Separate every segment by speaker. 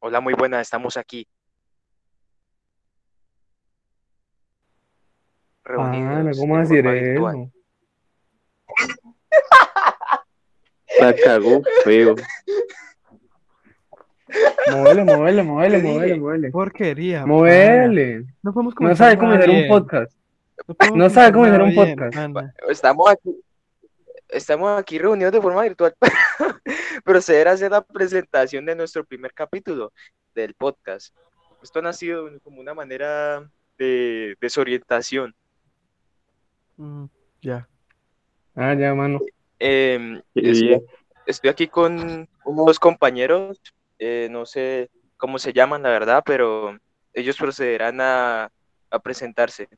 Speaker 1: Hola, muy buenas, estamos aquí
Speaker 2: Pana,
Speaker 1: reunidos
Speaker 2: ¿cómo
Speaker 1: de
Speaker 2: vas a decir
Speaker 1: forma virtual.
Speaker 2: eso?
Speaker 3: La cagó feo.
Speaker 2: Muévele, muévele, muévele,
Speaker 1: Te
Speaker 2: muévele,
Speaker 1: dije.
Speaker 2: muévele.
Speaker 4: Porquería. pana.
Speaker 2: Muévele.
Speaker 4: No podemos
Speaker 2: No
Speaker 4: comenzar
Speaker 2: sabe cómo
Speaker 4: nada
Speaker 2: hacer un
Speaker 4: bien.
Speaker 2: podcast.
Speaker 4: podemos
Speaker 2: no sabe cómo
Speaker 4: comenzar
Speaker 2: hacer un
Speaker 4: nada bien,
Speaker 2: podcast.
Speaker 4: pana.
Speaker 1: Estamos aquí, estamos aquí reunidos de forma virtual para proceder a hacer la presentación de nuestro primer capítulo del podcast. Esto ha nacido como una manera de desorientación.
Speaker 4: Mm, ya.
Speaker 2: Ah, ya, mano.
Speaker 1: Em,
Speaker 3: Y-
Speaker 1: estoy, estoy aquí con unos compañeros, eh, no sé cómo se llaman, la verdad, pero ellos procederán a, a presentarse.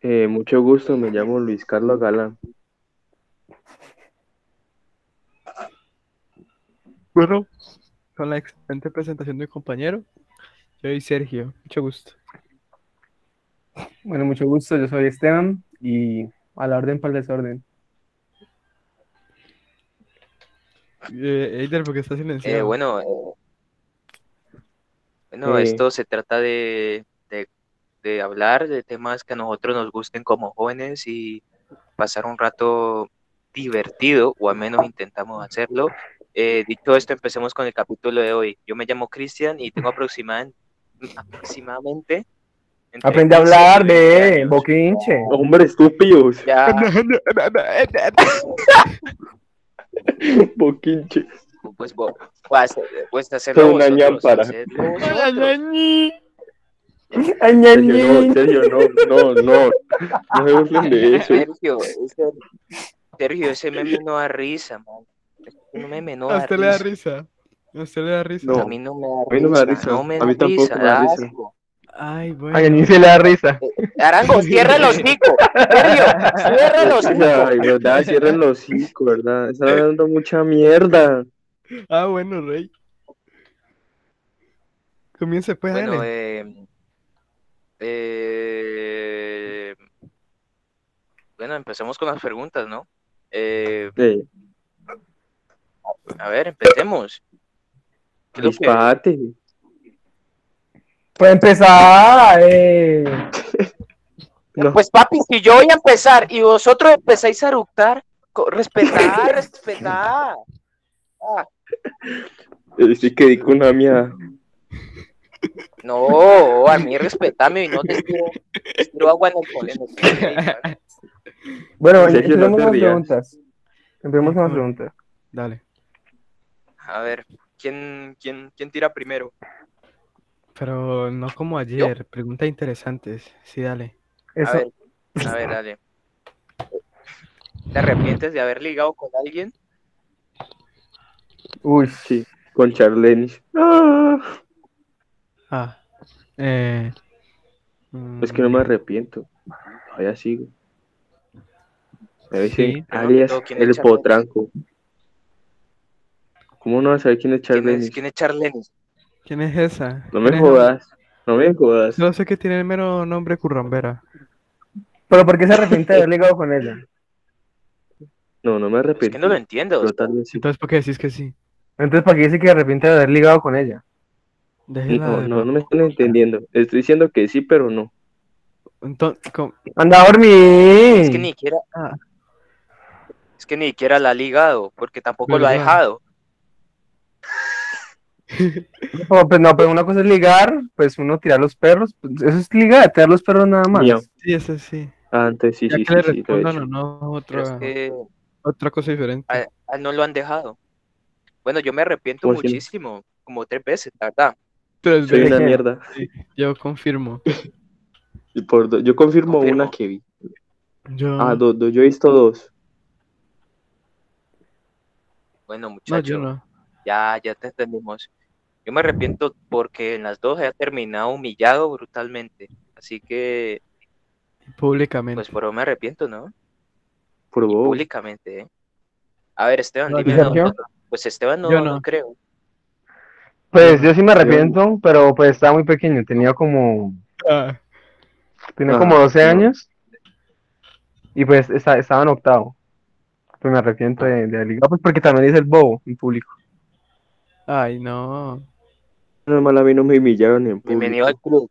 Speaker 3: eh, mucho gusto, me llamo Luis Carlos Galán.
Speaker 4: Bueno, con la excelente presentación de mi compañero, yo soy Sergio. Mucho gusto.
Speaker 2: Bueno, mucho gusto. Yo soy Esteban y a la orden para el desorden.
Speaker 4: Eh, Eider, porque está
Speaker 1: Eh,
Speaker 4: silenciado.
Speaker 1: bueno,
Speaker 2: oh.
Speaker 1: eh, bueno,
Speaker 3: Eh.
Speaker 1: esto se trata de, de- de hablar de temas que a nosotros nos gusten como jóvenes y pasar un rato divertido, o al menos intentamos hacerlo. Eh, dicho esto, empecemos con el capítulo de hoy. Yo me llamo Cristian y tengo aproxima- aproximadamente... entre
Speaker 2: Aprende a
Speaker 1: 15 y
Speaker 2: hablar
Speaker 1: 20
Speaker 2: de
Speaker 1: años.
Speaker 2: boquinche.
Speaker 3: Hombre, estúpidos.
Speaker 1: Ya,
Speaker 3: Boquinche.
Speaker 1: pues, bo- pues, pues hacerlo
Speaker 3: Fue una
Speaker 1: vosotros,
Speaker 3: ñampara.
Speaker 1: hacerlo vosotros.
Speaker 2: Ay, ña,
Speaker 3: Sergio, no,
Speaker 2: ñi.
Speaker 3: Sergio, no, no, no. No se burlen de eso.
Speaker 1: Sergio, ese, Sergio, ese meme no da risa, man. Ese meme no
Speaker 4: A
Speaker 1: da
Speaker 4: usted le da
Speaker 1: risa.
Speaker 4: risa. A usted le da risa.
Speaker 3: No.
Speaker 1: A mí no me da
Speaker 3: A mí no me da
Speaker 1: risa.
Speaker 3: risa.
Speaker 1: No me
Speaker 3: A mí
Speaker 1: da
Speaker 3: tampoco
Speaker 1: risa.
Speaker 3: me da
Speaker 1: da
Speaker 3: risa.
Speaker 1: asco.
Speaker 4: Ay, bueno.
Speaker 2: A ñi se le da risa.
Speaker 1: Arango, cierra los hocico. Sergio, cierra los
Speaker 3: Ay, verdad, cierren los cinco, ¿verdad? Están hablando mucha mierda.
Speaker 4: Ah, bueno, Rey. Comience, pues,
Speaker 1: Bueno,
Speaker 4: dale.
Speaker 1: eh, eh, bueno, empecemos con las preguntas, ¿no? Eh,
Speaker 3: Eh,
Speaker 1: a ver, empecemos. ¿Qué es lo que-
Speaker 3: disparate.
Speaker 2: Pues empezar. Eh.
Speaker 3: Ah, No.
Speaker 1: Pues papi, si yo voy a empezar y vosotros empezáis a eructar, co- respetad, respetad. Ah,
Speaker 3: Eh, sí que digo una mía.
Speaker 1: no, a mí respetame y no te tiro, te tiro agua en el cole- en el cole,
Speaker 2: Bueno,
Speaker 1: Pues
Speaker 3: Sergio, no
Speaker 2: empecemos
Speaker 3: te
Speaker 2: con las
Speaker 3: rías.
Speaker 2: preguntas. Empecemos con las preguntas.
Speaker 4: Dale.
Speaker 1: A ver, ¿quién, quién, quién tira primero?
Speaker 4: Pero no como ayer. Preguntas interesantes. Sí, dale.
Speaker 1: A
Speaker 2: Eso.
Speaker 1: ver, a ver, dale. ¿Te arrepientes de haber ligado con alguien?
Speaker 2: Uy,
Speaker 3: Sí, con Charlenis. Ah,
Speaker 4: Ah. Eh.
Speaker 3: es que no
Speaker 4: mm,
Speaker 3: me arrepiento. Todavía sigo. Me dicen
Speaker 4: Sí.
Speaker 3: alias
Speaker 1: Pero, ¿quién es
Speaker 3: el
Speaker 1: Charlenis?
Speaker 3: potranco. ¿Cómo no vas a saber quién es
Speaker 1: ¿Quién es,
Speaker 3: Charlenis?
Speaker 1: quién es Charlene?
Speaker 4: ¿Quién es esa?
Speaker 3: No
Speaker 4: ¿Quién
Speaker 3: me
Speaker 4: es
Speaker 3: jodas. No me jodas.
Speaker 4: esa? No sé que tiene el mero nombre currambera.
Speaker 2: pero ¿por qué se arrepiente de haber ligado con ella?
Speaker 3: No, no me
Speaker 1: Es
Speaker 3: arrepiento.
Speaker 1: que no lo entiendo.
Speaker 3: Pero tal vez sí.
Speaker 4: Entonces, ¿por qué decís que sí?
Speaker 2: Entonces, ¿para qué dice que se arrepiente de haber ligado con ella?
Speaker 4: Déjela
Speaker 3: No,
Speaker 4: de
Speaker 3: no, no me están entendiendo. Estoy diciendo que sí, pero no.
Speaker 4: Entonces, ¿cómo?
Speaker 2: Anda a dormir.
Speaker 1: Es que ni siquiera,
Speaker 4: Ah.
Speaker 1: es que ni siquiera la ha ligado, porque tampoco lo ha
Speaker 4: ¿Verdad?
Speaker 1: dejado.
Speaker 2: No, pues no, pero una cosa es ligar, pues uno tirar los perros, pues, eso es ligar, tirar los perros nada más.
Speaker 3: Mío.
Speaker 4: Sí, eso sí.
Speaker 3: Ah, entonces sí,
Speaker 4: ya
Speaker 3: sí,
Speaker 4: que le
Speaker 3: sí, sí, lo he
Speaker 4: respondan
Speaker 3: hecho.
Speaker 4: o no,
Speaker 1: Pero es
Speaker 4: otra,
Speaker 1: que
Speaker 4: otra cosa diferente.
Speaker 1: a, a él no lo han dejado. Bueno, yo me arrepiento
Speaker 3: ¿Cómo así?
Speaker 1: muchísimo, como tres veces, la verdad.
Speaker 4: Tres
Speaker 3: Soy
Speaker 4: veces,
Speaker 3: una
Speaker 2: Dejé.
Speaker 3: mierda.
Speaker 4: yo confirmo.
Speaker 3: Y por dos- Yo confirmo
Speaker 1: Confirmo.
Speaker 3: una que vi.
Speaker 4: Yo,
Speaker 3: Ah, dos, dos. Yo he visto dos.
Speaker 1: Bueno,
Speaker 4: no,
Speaker 1: muchachos,
Speaker 4: yo no.
Speaker 1: ya, ya te entendimos. Yo me arrepiento porque en las dos he terminado humillado brutalmente. Así que,
Speaker 4: Públicamente.
Speaker 1: pues, pero me arrepiento, ¿no?
Speaker 3: Por vos.
Speaker 1: Públicamente, ¿eh? A ver, Esteban,
Speaker 4: No,
Speaker 1: dime.
Speaker 2: ¿y Sergio?
Speaker 1: no, pues Esteban no,
Speaker 4: Yo
Speaker 1: no
Speaker 4: no.
Speaker 1: creo.
Speaker 2: Pues yo sí me arrepiento, pero pues estaba muy pequeño, tenía como,
Speaker 4: Ah,
Speaker 2: tenía
Speaker 3: Ah,
Speaker 2: como 12
Speaker 3: no.
Speaker 2: años y pues esta- estaba en octavo. pues me arrepiento de, de haber ligado, pues porque también es el bobo en público.
Speaker 4: Ah, Ay, no.
Speaker 3: Menos mal a mí no me humillaron en público.
Speaker 1: Bienvenido al club.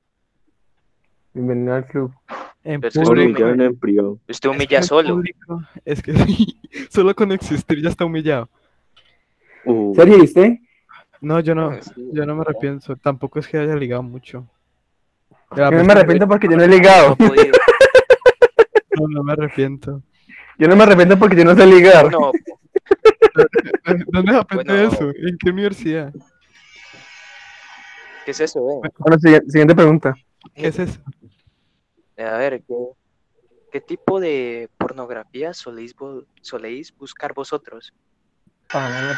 Speaker 2: Bienvenido al club.
Speaker 4: En
Speaker 1: Pero es que
Speaker 3: Solo
Speaker 1: club.
Speaker 3: me
Speaker 4: público.
Speaker 3: humillaron en privado.
Speaker 1: Usted
Speaker 4: Es que
Speaker 1: humilla
Speaker 4: en
Speaker 1: solo.
Speaker 4: público, Es que sí, solo con existir ya está humillado.
Speaker 3: Uh,
Speaker 2: ¿Serio, viste?
Speaker 4: No, yo no,
Speaker 1: Ah, Sí.
Speaker 4: yo no me arrepiento. Tampoco es que haya ligado mucho.
Speaker 2: Yo no me arrepiento porque yo pues, eh, no
Speaker 1: No
Speaker 2: he ligado.
Speaker 1: he podido.
Speaker 4: No, no me arrepiento.
Speaker 2: Yo no me arrepiento porque yo no sé ligar.
Speaker 1: No,
Speaker 4: ¿Dónde aprendí
Speaker 1: Bueno.
Speaker 4: eso? ¿En qué universidad?
Speaker 1: ¿qué es eso? eh?
Speaker 2: Bueno, sigui- siguiente pregunta.
Speaker 4: ¿Qué es eso?
Speaker 1: A ver, ¿qué, qué tipo de pornografía soléis, bu- soléis buscar vosotros?
Speaker 2: Ah,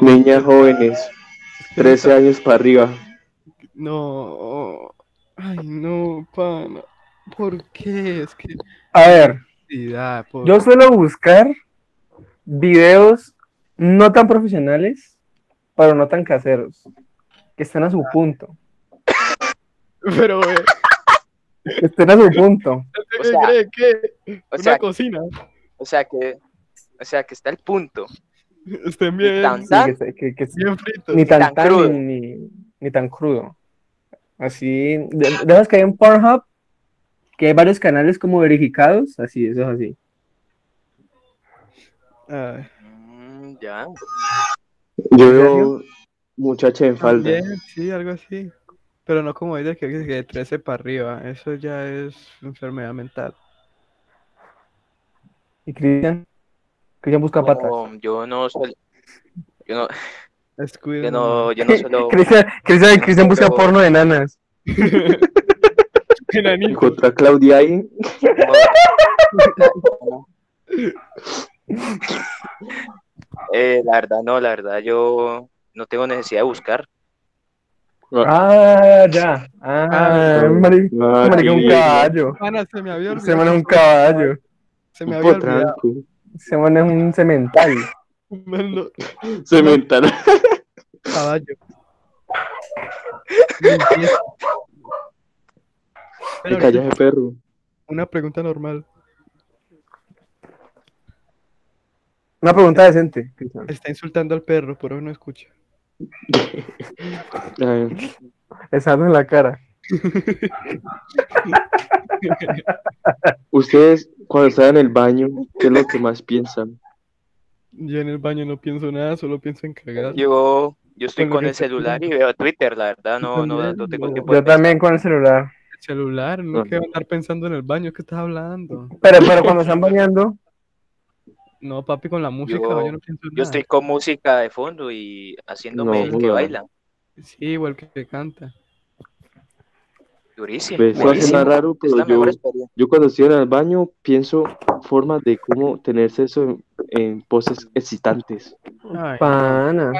Speaker 3: niñas jóvenes, 13 años para arriba.
Speaker 4: No. Ay, no, pana. ¿Por qué? Es que.
Speaker 2: A ver,
Speaker 4: Identidad, por-
Speaker 2: yo suelo buscar videos no tan profesionales, pero no tan caseros, que estén a su punto,
Speaker 4: Pero, eh,
Speaker 2: que estén a su punto.
Speaker 1: O sea,
Speaker 4: ¿cree que?
Speaker 1: O
Speaker 4: una
Speaker 1: sea,
Speaker 4: cocina.
Speaker 1: o sea que, o sea que está el punto.
Speaker 4: Estén bien,
Speaker 1: tan-
Speaker 2: Sí, que se- que- que-
Speaker 4: bien fritos.
Speaker 2: ni tan,
Speaker 1: tan
Speaker 2: tan
Speaker 1: crudo.
Speaker 2: ni, ni tan crudo. Así, de, de esos que hay en Pornhub, que hay varios canales como verificados, así, eso es así.
Speaker 4: Ay,
Speaker 1: Mm, ya.
Speaker 3: Yo veo muchacha en falda.
Speaker 4: también, sí, algo así. Pero no como dices que que de 13 para arriba. Eso ya es enfermedad mental.
Speaker 2: Y Cristian, Cristian busca patas.
Speaker 1: Como yo no suelo, yo no,
Speaker 4: Es
Speaker 1: yo no, yo no suelo,
Speaker 2: Cristian, Cristian, Cristian busca
Speaker 1: Pero-
Speaker 2: porno de nanas.
Speaker 4: Enanico.
Speaker 3: Encontré a Claudia ahí.
Speaker 1: No. Eh, la verdad, no, la verdad, yo no tengo necesidad de buscar.
Speaker 2: Ah, ya. Ah,
Speaker 4: Ah,
Speaker 2: mari-
Speaker 3: Ah,
Speaker 2: marica, un
Speaker 3: sí,
Speaker 2: caballo.
Speaker 4: Pana, se me había
Speaker 2: Se Este man es
Speaker 4: olvidado.
Speaker 2: un caballo.
Speaker 4: Se
Speaker 3: un
Speaker 4: me había olvidado.
Speaker 3: potranco.
Speaker 2: Se man es un cemental.
Speaker 4: Man, no,
Speaker 3: Se me entara.
Speaker 4: caballo. Limpieza.
Speaker 3: Me
Speaker 4: Pero
Speaker 3: callas de perro.
Speaker 4: una pregunta normal.
Speaker 2: Una pregunta decente, Cristian.
Speaker 4: Está insultando al perro, por eso no escucha.
Speaker 3: Ay,
Speaker 2: Exacto en la cara.
Speaker 3: Ustedes, cuando están en el baño, ¿qué es lo que más piensan?
Speaker 4: Yo en el baño no pienso nada, solo pienso en cagar.
Speaker 1: Yo, yo estoy
Speaker 4: Con lo
Speaker 1: con
Speaker 4: que
Speaker 1: el
Speaker 4: te-
Speaker 1: celular y veo Twitter, la verdad, no, no, no tengo tiempo de
Speaker 2: Yo también con el celular.
Speaker 4: El celular, no
Speaker 3: No.
Speaker 4: que va a estar pensando en el baño, ¿qué estás hablando?
Speaker 2: Pero, pero cuando están bañando,
Speaker 4: No, papi, con la música
Speaker 1: Yo-
Speaker 4: yo no pienso en
Speaker 1: Yo
Speaker 4: nada.
Speaker 1: estoy con música de fondo y haciéndome
Speaker 3: No,
Speaker 1: el que
Speaker 3: joda.
Speaker 1: baila.
Speaker 4: Sí, igual que te canta.
Speaker 1: Durísimo.
Speaker 3: Pues, Eso
Speaker 1: buenísimo.
Speaker 3: suena raro,
Speaker 1: Es
Speaker 3: pero
Speaker 1: la mejor
Speaker 3: yo,
Speaker 1: experiencia.
Speaker 3: yo cuando estoy en el baño pienso formas de cómo tener sexo en, en poses excitantes.
Speaker 4: Ay,
Speaker 2: pana.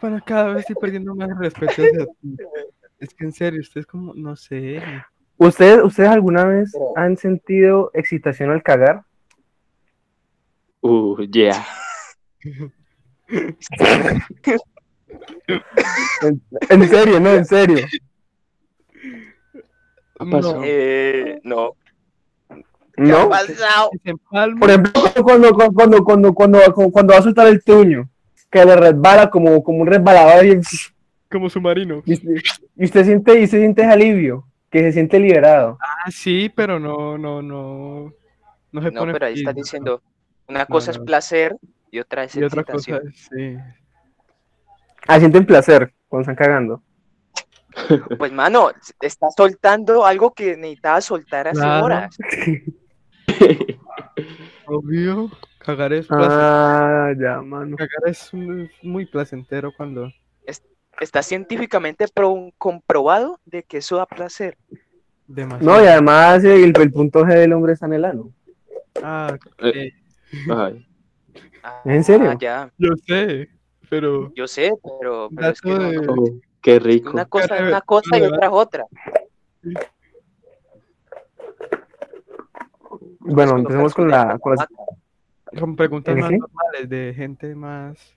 Speaker 4: pana, cada vez estoy perdiendo más el respeto hacia ti. Es que en serio, usted es como, no sé.
Speaker 2: ¿Ustedes, ¿Ustedes alguna vez han sentido excitación al cagar?
Speaker 3: Uh, yeah.
Speaker 2: En serio, no, en serio.
Speaker 3: pasado?
Speaker 4: No,
Speaker 1: Eh, no.
Speaker 2: ¿No?
Speaker 1: pasado?
Speaker 4: se empalma.
Speaker 1: e-
Speaker 2: Por ejemplo, cuando, cuando, cuando, cuando, cuando, cuando va a soltar el tuño, que le resbala como, como un resbalador y,
Speaker 4: Como submarino.
Speaker 2: y usted, y usted siente, y usted siente ese alivio, que se siente liberado.
Speaker 4: Ah, sí, pero no, no, no. No se
Speaker 1: No,
Speaker 4: pone
Speaker 1: pero ahí está
Speaker 4: feliz,
Speaker 1: diciendo, una cosa es placer y otra es
Speaker 4: Y otra cosa,
Speaker 1: excitación.
Speaker 4: sí.
Speaker 2: Ah, sienten placer cuando están cagando.
Speaker 1: Pues mano, está soltando algo que necesitaba soltar hace
Speaker 4: Claro.
Speaker 1: horas.
Speaker 4: Obvio, cagar es, placer-
Speaker 2: Ah, ya, mano.
Speaker 4: cagar es un- muy placentero cuando...
Speaker 1: Está científicamente pro- comprobado de que eso da placer.
Speaker 4: Demasiado.
Speaker 2: No, y además eh, el, el punto G del hombre está en el ano.
Speaker 4: Ah,
Speaker 3: Eh, Ay,
Speaker 1: Ah,
Speaker 2: ¿En serio?
Speaker 1: ya,
Speaker 4: yo sé, pero...
Speaker 1: yo sé, pero, pero es que
Speaker 4: Dato
Speaker 1: no,
Speaker 4: de-
Speaker 1: no.
Speaker 3: oh, qué rico.
Speaker 1: Una cosa es una
Speaker 4: Claro,
Speaker 1: cosa y
Speaker 4: ¿verdad?
Speaker 1: otra es otra.
Speaker 2: Bueno, empecemos con la, con las-
Speaker 4: Con preguntas
Speaker 2: ¿El
Speaker 4: más
Speaker 2: qué?
Speaker 4: normales, de gente más...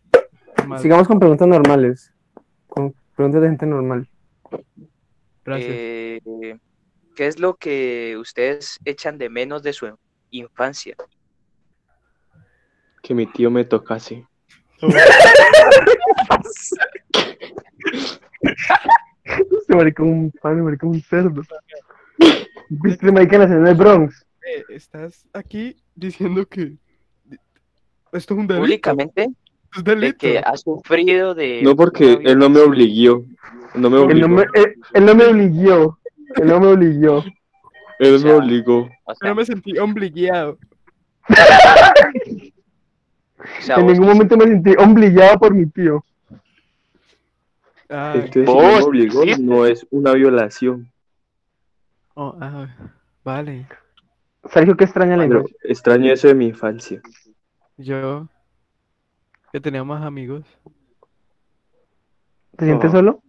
Speaker 4: más-
Speaker 2: sigamos con preguntas normales. Con preguntas de gente normal.
Speaker 4: Gracias.
Speaker 1: Eh, ¿Qué es lo que ustedes echan de menos de su infancia?
Speaker 3: que mi tío me tocase.
Speaker 2: Este marica un pan, marica un cerdo. Viste, marica, en la escena del Bronx.
Speaker 4: Eh, estás aquí diciendo que esto es un delito.
Speaker 1: Públicamente,
Speaker 4: es
Speaker 1: de
Speaker 4: delito.
Speaker 1: que ha sufrido de.
Speaker 3: No porque él no me obligó. No me
Speaker 2: Él
Speaker 3: obligó.
Speaker 2: no me, él, él no me eh, obligó. Él no me obligó.
Speaker 3: Él me obligó.
Speaker 1: O sea,
Speaker 4: Yo no me sentí ombligueado.
Speaker 1: o sea,
Speaker 2: en
Speaker 1: vos-
Speaker 2: ningún momento me sentí obligado por mi tío.
Speaker 4: Ah,
Speaker 3: Entonces,
Speaker 1: vos,
Speaker 3: no me obligó
Speaker 1: sí.
Speaker 3: no es una violación.
Speaker 4: oh, ah, vale.
Speaker 2: Sergio, qué extraña la
Speaker 3: Pero
Speaker 2: infancia.
Speaker 3: extraño eso de mi infancia.
Speaker 4: Yo que tenía más amigos.
Speaker 2: ¿Te sientes
Speaker 3: no.
Speaker 2: solo?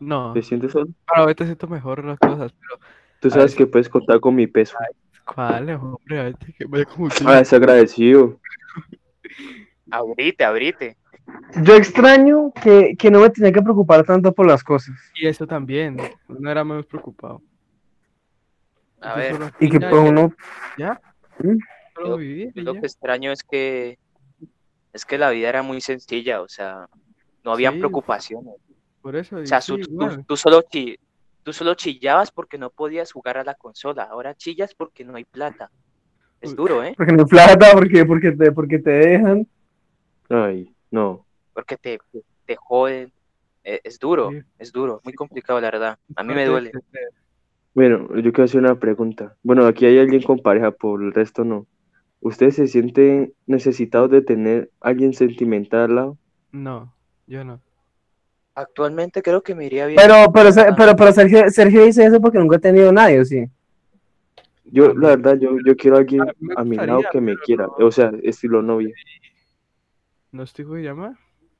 Speaker 4: No,
Speaker 3: ¿Te sientes solo?
Speaker 4: pero ahorita siento mejor las cosas. Pero,
Speaker 3: Tú
Speaker 4: Ah,
Speaker 3: sabes
Speaker 4: sí.
Speaker 3: que puedes contar con mi peso.
Speaker 4: ¿cuáles, hombre? Ahorita que vaya como que-
Speaker 3: Ah, es agradecido.
Speaker 1: abrite, abrite.
Speaker 2: Yo extraño que, que no me tenía que preocupar tanto por las cosas.
Speaker 4: Y eso también. No era menos preocupado.
Speaker 1: A
Speaker 4: Yo
Speaker 1: ver,
Speaker 4: solo
Speaker 2: Y que
Speaker 4: hacía,
Speaker 2: pues, uno
Speaker 4: solo vivía y
Speaker 1: Yo lo
Speaker 4: ya.
Speaker 1: que extraño es que es que la vida era muy sencilla, o sea, no habían
Speaker 4: Sí.
Speaker 1: preocupaciones.
Speaker 4: Por eso.
Speaker 1: O
Speaker 4: y
Speaker 1: sea,
Speaker 4: sí,
Speaker 1: su- tú,
Speaker 4: igual.
Speaker 1: tú solo chi- tú solo chillabas porque no podías jugar a la consola. Ahora chillas porque no hay plata. Es
Speaker 4: Uy.
Speaker 1: duro, ¿eh?
Speaker 2: Porque no hay plata, porque, porque, te, porque te dejan.
Speaker 3: Ay, no.
Speaker 1: Porque te, te joden. Eh, Es duro,
Speaker 4: Sí.
Speaker 1: es duro, muy complicado, la verdad. A mí me
Speaker 4: Parte
Speaker 1: duele.
Speaker 4: de- de-
Speaker 3: Bueno, yo quiero hacer una pregunta. Bueno, aquí hay alguien con pareja, por el resto no. ¿Ustedes se sienten necesitados de tener alguien sentimental al lado?
Speaker 4: No, yo no.
Speaker 1: Actualmente creo que me iría bien.
Speaker 2: Pero, pero, Se-
Speaker 1: Ah,
Speaker 2: pero, pero Sergio, Sergio dice eso porque nunca ha tenido nadie, ¿o sí?
Speaker 3: Yo, la verdad, yo, yo quiero a alguien
Speaker 4: A mí me
Speaker 3: a mi
Speaker 4: gustaría,
Speaker 3: lado que me
Speaker 4: pero
Speaker 3: quiera.
Speaker 4: no.
Speaker 3: O sea, estilo novia.
Speaker 4: No estoy voy a llamar.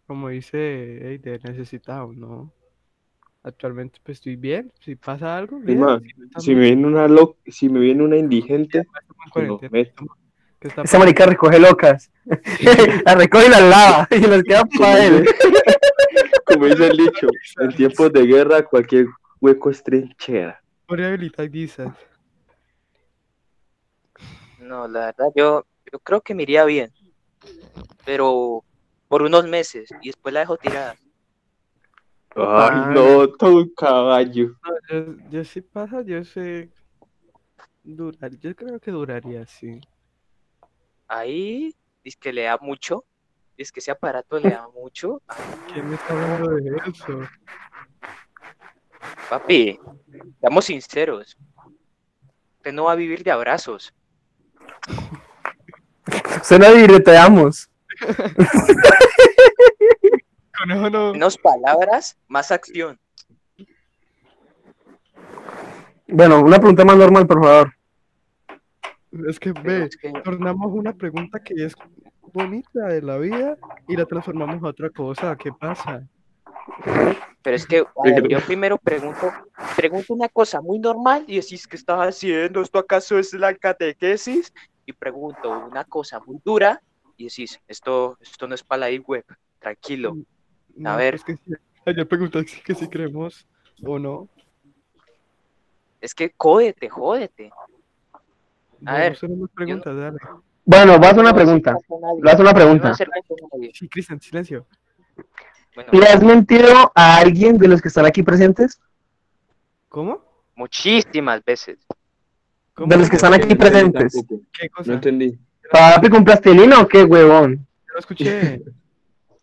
Speaker 4: Como dice Eider, necesitado, ¿no? Actualmente pues estoy bien. Si pasa algo, bien.
Speaker 3: más,
Speaker 4: Si no,
Speaker 3: Si
Speaker 4: también,
Speaker 3: me viene una lo- si me viene una indigente, pues
Speaker 4: estamos en
Speaker 3: lo
Speaker 4: cuarentena,
Speaker 3: meto.
Speaker 4: ¿qué está
Speaker 2: Esa marica recoge locas. la recoge y las lava y las queda para él.
Speaker 3: Como dice el dicho, en tiempos de guerra cualquier hueco es trinchera.
Speaker 4: Podría habilitar guisas.
Speaker 1: No, la verdad, yo, yo creo que me iría bien. Pero por unos meses y después la dejo tirada.
Speaker 3: Ay, no, todo un caballo.
Speaker 4: No, yo, yo sí pasa, yo sé. Durar, yo creo que duraría, sí.
Speaker 1: Ahí dice que le da mucho. Dice que ese aparato le da mucho.
Speaker 4: ¿Quién me está hablando de eso?
Speaker 1: Papi, seamos sinceros. Usted no va a vivir de abrazos.
Speaker 2: Suena direteamos.
Speaker 4: Con eso no.
Speaker 1: Menos palabras, más acción.
Speaker 2: Bueno, una pregunta más normal, por favor.
Speaker 4: Es que
Speaker 1: Pero
Speaker 4: ve,
Speaker 1: es que-
Speaker 4: tornamos una pregunta que es bonita de la vida y la transformamos a otra cosa. ¿Qué pasa?
Speaker 1: Pero es que, a ver, yo primero pregunto, pregunto una cosa muy normal y decís que estás haciendo, ¿esto acaso es la catequesis? Y pregunto una cosa muy dura y decís, esto, esto no es para la deep web,
Speaker 2: Mm.
Speaker 1: tranquilo.
Speaker 4: No,
Speaker 1: ver.
Speaker 4: es que sí. Ayer pregunté si- que si creemos o no.
Speaker 1: Es que jódete, jódete. A ver,
Speaker 4: son más preguntas, dale.
Speaker 2: Bueno, vas a una
Speaker 1: No voy
Speaker 2: pregunta.
Speaker 1: acercar con nadie,
Speaker 2: Vas a una
Speaker 1: no voy a
Speaker 2: pregunta.
Speaker 1: acercar con nadie.
Speaker 4: Sí, Cristian, silencio.
Speaker 1: Bueno,
Speaker 2: ¿Le has mentido a alguien de los que están aquí presentes?
Speaker 4: ¿Cómo?
Speaker 1: muchísimas veces.
Speaker 4: ¿Cómo?
Speaker 2: De los que están aquí
Speaker 3: No entendí
Speaker 2: presentes.
Speaker 3: tampoco,
Speaker 4: ¿Qué cosa?
Speaker 3: No entendí.
Speaker 2: ¿Papi con plastilina o qué, huevón?
Speaker 4: Yo lo escuché.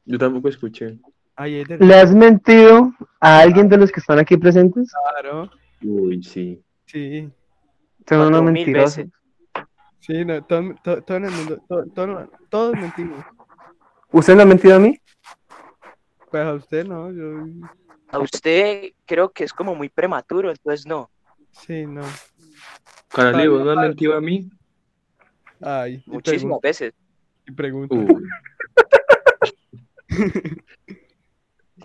Speaker 3: Yo tampoco escuché.
Speaker 4: Ayer,
Speaker 2: ¿Le has mentido a alguien de los que están aquí presentes?
Speaker 4: claro.
Speaker 3: Uy, sí.
Speaker 4: Sí.
Speaker 2: Son unos
Speaker 1: Cuatro mil
Speaker 2: mentirosos.
Speaker 1: veces.
Speaker 4: Sí, no, todo, todo- todo en el mundo, todo, todo- todos mentimos.
Speaker 2: ¿Usted no ha mentido a mí?
Speaker 4: Pues a usted no, yo
Speaker 1: A usted creo que es como muy prematuro, entonces no.
Speaker 4: sí, no.
Speaker 3: Canalí, ¿vos no has mentido a mí?
Speaker 4: Ay, y
Speaker 1: Muchísimas
Speaker 4: pregun-
Speaker 1: veces.
Speaker 4: y pregunta.
Speaker 3: Uy.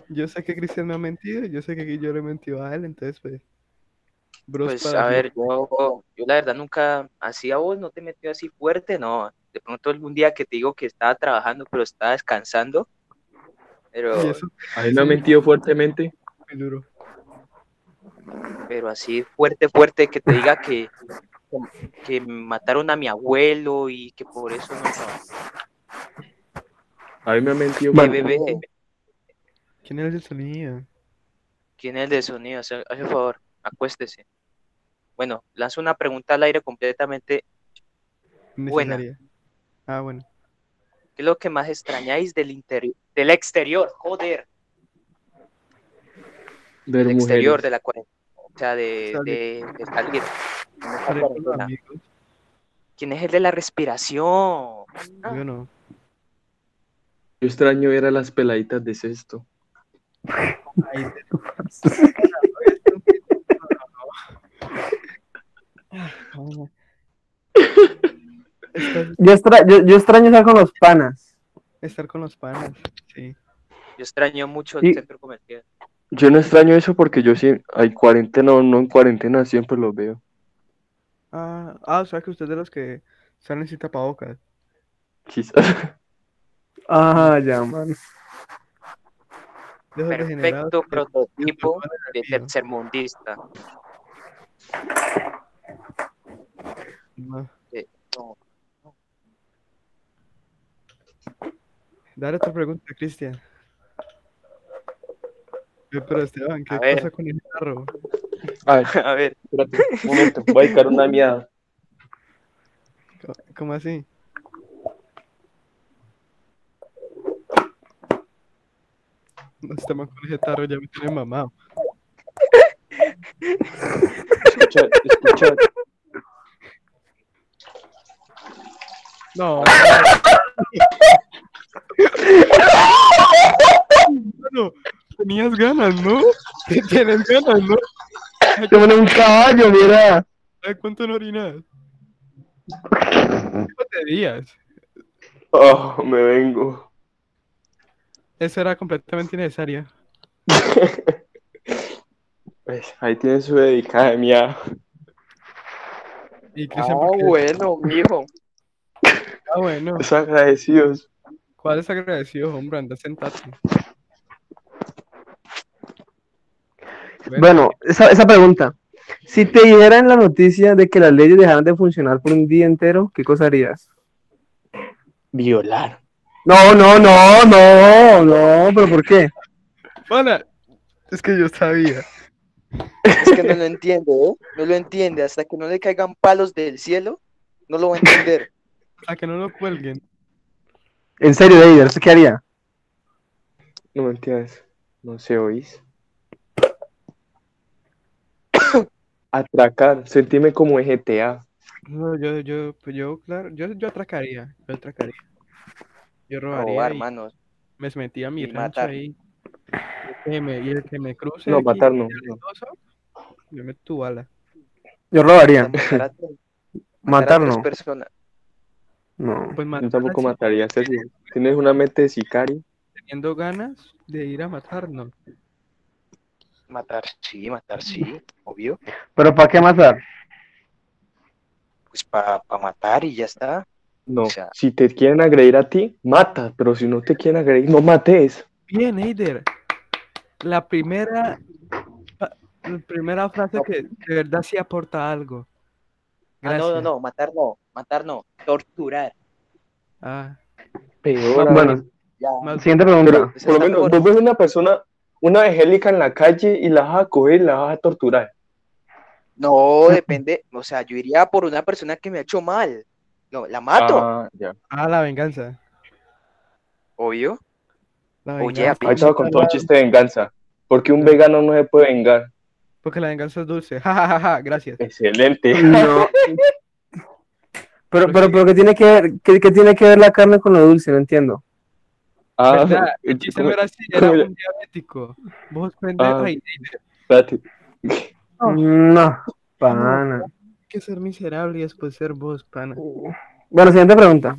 Speaker 4: Yo sé que Cristian me ha mentido, yo sé que yo le he mentido a él, entonces pues. bros
Speaker 1: Pues
Speaker 4: para
Speaker 1: a
Speaker 4: mí.
Speaker 1: ver, yo, yo la verdad nunca hacía vos, no te metió así fuerte, no. De pronto algún día que te digo que estaba trabajando, pero estaba descansando. Pero,
Speaker 4: Y eso
Speaker 3: ¿A él no ha mentido fuertemente?
Speaker 4: es muy duro.
Speaker 1: pero así fuerte, fuerte, que te diga que, que mataron a mi abuelo y que por eso no. no.
Speaker 3: A mí me ha mentido.
Speaker 1: Ve,
Speaker 3: con-
Speaker 1: ve, ve,
Speaker 4: ¿Quién es el sonido?
Speaker 1: ¿Quién es el de sonido? Hace, hace el favor, acuéstese. Bueno, lanzo una pregunta al aire completamente. Buena.
Speaker 4: Necesaria. Ah, bueno.
Speaker 1: ¿Qué es lo que más extrañáis del interior, del exterior? Joder,
Speaker 3: Ver
Speaker 1: del
Speaker 3: mujeres.
Speaker 1: exterior de la cuarentena. O sea, de,
Speaker 4: Salir.
Speaker 1: de, de salir. En esta
Speaker 4: Sale con los
Speaker 1: cuarentena.
Speaker 4: amigos,
Speaker 1: ¿Quién es el de la respiración? Ah.
Speaker 4: Yo no.
Speaker 3: Yo extraño ver a las peladitas de sexto.
Speaker 4: Ahí Estar,
Speaker 2: Yo, extra- yo, yo extraño estar con los panas.
Speaker 4: estar con los panas, sí.
Speaker 1: Yo extraño mucho el
Speaker 2: Y-
Speaker 1: centro comercial.
Speaker 3: Yo no extraño eso porque yo sí, hay cuarentena o no en cuarentena, siempre los veo.
Speaker 4: Ah, ah, o sea que usted es de los que salen sin tapabocas.
Speaker 3: Quizás.
Speaker 2: Ah, ya, man.
Speaker 4: De esos degenerados
Speaker 1: Perfecto
Speaker 4: que-
Speaker 1: prototipo
Speaker 4: que
Speaker 1: de
Speaker 4: se van al río.
Speaker 1: tercermundista.
Speaker 4: No.
Speaker 1: Eh, no.
Speaker 4: Dale otra pregunta, Cristian. Eh, Pero Esteban, ¿qué
Speaker 1: A ver.
Speaker 4: pasa con el carro?
Speaker 3: A ver,
Speaker 1: A ver,
Speaker 3: espérate, un momento, voy a buscar una miada.
Speaker 4: Co- ¿Cómo así? No estamos con ese tarro, ya me tiene mamado.
Speaker 3: Escuchad, escuchad.
Speaker 4: No. Bueno, tenías ganas, ¿no? Te Tienes ganas, ¿no?
Speaker 3: Yo un caballo, mira.
Speaker 4: ¿Ay, cuánto no orinas? ¿Cuántos días?
Speaker 3: Oh, me vengo.
Speaker 4: Eso era completamente innecesario.
Speaker 3: Pues, ahí tienen su dedicada de miada.
Speaker 4: Y
Speaker 1: Ah,
Speaker 4: Cristian, ¿por qué?
Speaker 1: bueno, mijo.
Speaker 4: Ah, bueno.
Speaker 3: Los agradecidos.
Speaker 4: ¿Cuál es agradecido, hombre? Anda, sentate.
Speaker 2: Bueno, esa, esa pregunta. Si te dijeran la noticia de que las leyes dejaran de funcionar por un día entero, ¿qué cosa harías?
Speaker 3: Violar.
Speaker 2: No, no, no, no, no, pero ¿por qué?
Speaker 4: Bueno, es que yo sabía.
Speaker 1: Es que no lo entiende, ¿eh? No lo entiende. Hasta que no le caigan palos del cielo, no lo va a entender.
Speaker 4: A que no lo cuelguen.
Speaker 2: En serio, David, ¿usted qué haría?
Speaker 3: No me entiendes. No sé, oís. Atracar. Sentirme como en GTA.
Speaker 4: No, yo, yo, pues yo, claro, yo, yo atracaría, yo atracaría. Yo robaría
Speaker 1: Robar,
Speaker 4: y
Speaker 1: hermanos.
Speaker 4: me metía a mi
Speaker 1: y
Speaker 4: rancho
Speaker 1: matar.
Speaker 4: ahí. Y el que me, y el que me cruce
Speaker 3: No,
Speaker 4: aquí,
Speaker 3: matar no,
Speaker 4: el
Speaker 3: no.
Speaker 4: oso, yo meto tu bala.
Speaker 2: Yo robaría.
Speaker 1: Matar a tres- matar a
Speaker 2: Matar
Speaker 1: tres
Speaker 2: no.
Speaker 1: personas.
Speaker 2: No.
Speaker 4: Pues matar
Speaker 3: Yo tampoco
Speaker 4: así,
Speaker 3: mataría a Sergio. ¿Tienes una mente de sicario?
Speaker 4: teniendo ganas de ir a matarnos.
Speaker 1: Matar sí, matar sí, obvio.
Speaker 2: ¿Pero para qué matar?
Speaker 1: Pues para matar y ya está.
Speaker 3: No.
Speaker 1: O sea-
Speaker 3: Si te quieren agredir a ti, mata. Pero si no te quieren agredir, no mates.
Speaker 4: Bien, Eider. La primera, pa- la primera frase que de verdad sí aporta algo.
Speaker 1: Ah, no, no,
Speaker 4: Gracias.
Speaker 1: no, matar no, matar no, torturar.
Speaker 4: Ah,
Speaker 3: Peor.
Speaker 2: Bueno,
Speaker 1: Ya.
Speaker 4: más
Speaker 2: siguiente
Speaker 3: Pero
Speaker 2: pregunta.
Speaker 1: Pues
Speaker 3: por lo
Speaker 1: está
Speaker 3: menos
Speaker 1: mejor.
Speaker 3: vos ves una persona, una evangélica en la calle y la vas a coger y la vas a torturar.
Speaker 1: No, depende, o sea, yo iría por una persona que me ha hecho mal. No, la mato,
Speaker 3: Ah, ya.
Speaker 4: Ah, la venganza.
Speaker 1: obvio.
Speaker 4: La
Speaker 1: Oye,
Speaker 4: venganza.
Speaker 1: Ahí
Speaker 3: Ahí estaba con todo el chiste de venganza. Porque un
Speaker 4: Claro.
Speaker 3: vegano no se puede vengar.
Speaker 4: Porque la venganza es dulce. Ja, ja, ja, ja,
Speaker 3: Eh,
Speaker 4: gracias.
Speaker 3: Excelente.
Speaker 2: No. Pero, pero, pero ¿qué tiene que ver, qué, qué tiene que ver la carne con lo dulce? No entiendo.
Speaker 3: Ah,
Speaker 4: ¿Verdad? El chiste no
Speaker 3: ¿cómo-
Speaker 4: era así, era
Speaker 3: cómo-
Speaker 4: un diabético. Vos pendejo,
Speaker 3: eh, Ah.
Speaker 4: ay,
Speaker 3: espérate.
Speaker 4: No.
Speaker 2: No, pana.
Speaker 4: hay que ser miserable y después ser vos, pana.
Speaker 2: Bueno, siguiente pregunta.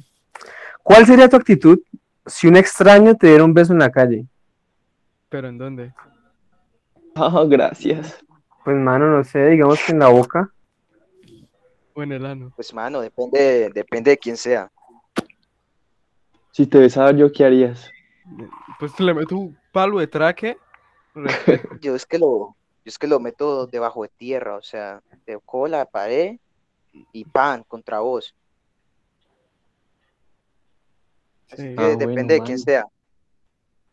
Speaker 2: ¿Cuál sería tu actitud si un extraño te diera un beso en la calle?
Speaker 4: ¿Pero en dónde?
Speaker 3: Ah, gracias.
Speaker 2: Pues, mano, no sé, digamos que en la boca.
Speaker 4: O en el ano.
Speaker 1: Pues mano, depende, depende de quién sea.
Speaker 3: Si te besaba yo, ¿qué harías?
Speaker 4: Pues le meto un palo de traque.
Speaker 1: Yo es que lo, yo es que lo meto debajo de tierra, o sea, te cola, pared y pan contra vos.
Speaker 4: Sí.
Speaker 5: Así que
Speaker 4: Ah,
Speaker 5: depende
Speaker 2: bueno,
Speaker 5: de quién
Speaker 2: man.
Speaker 5: sea.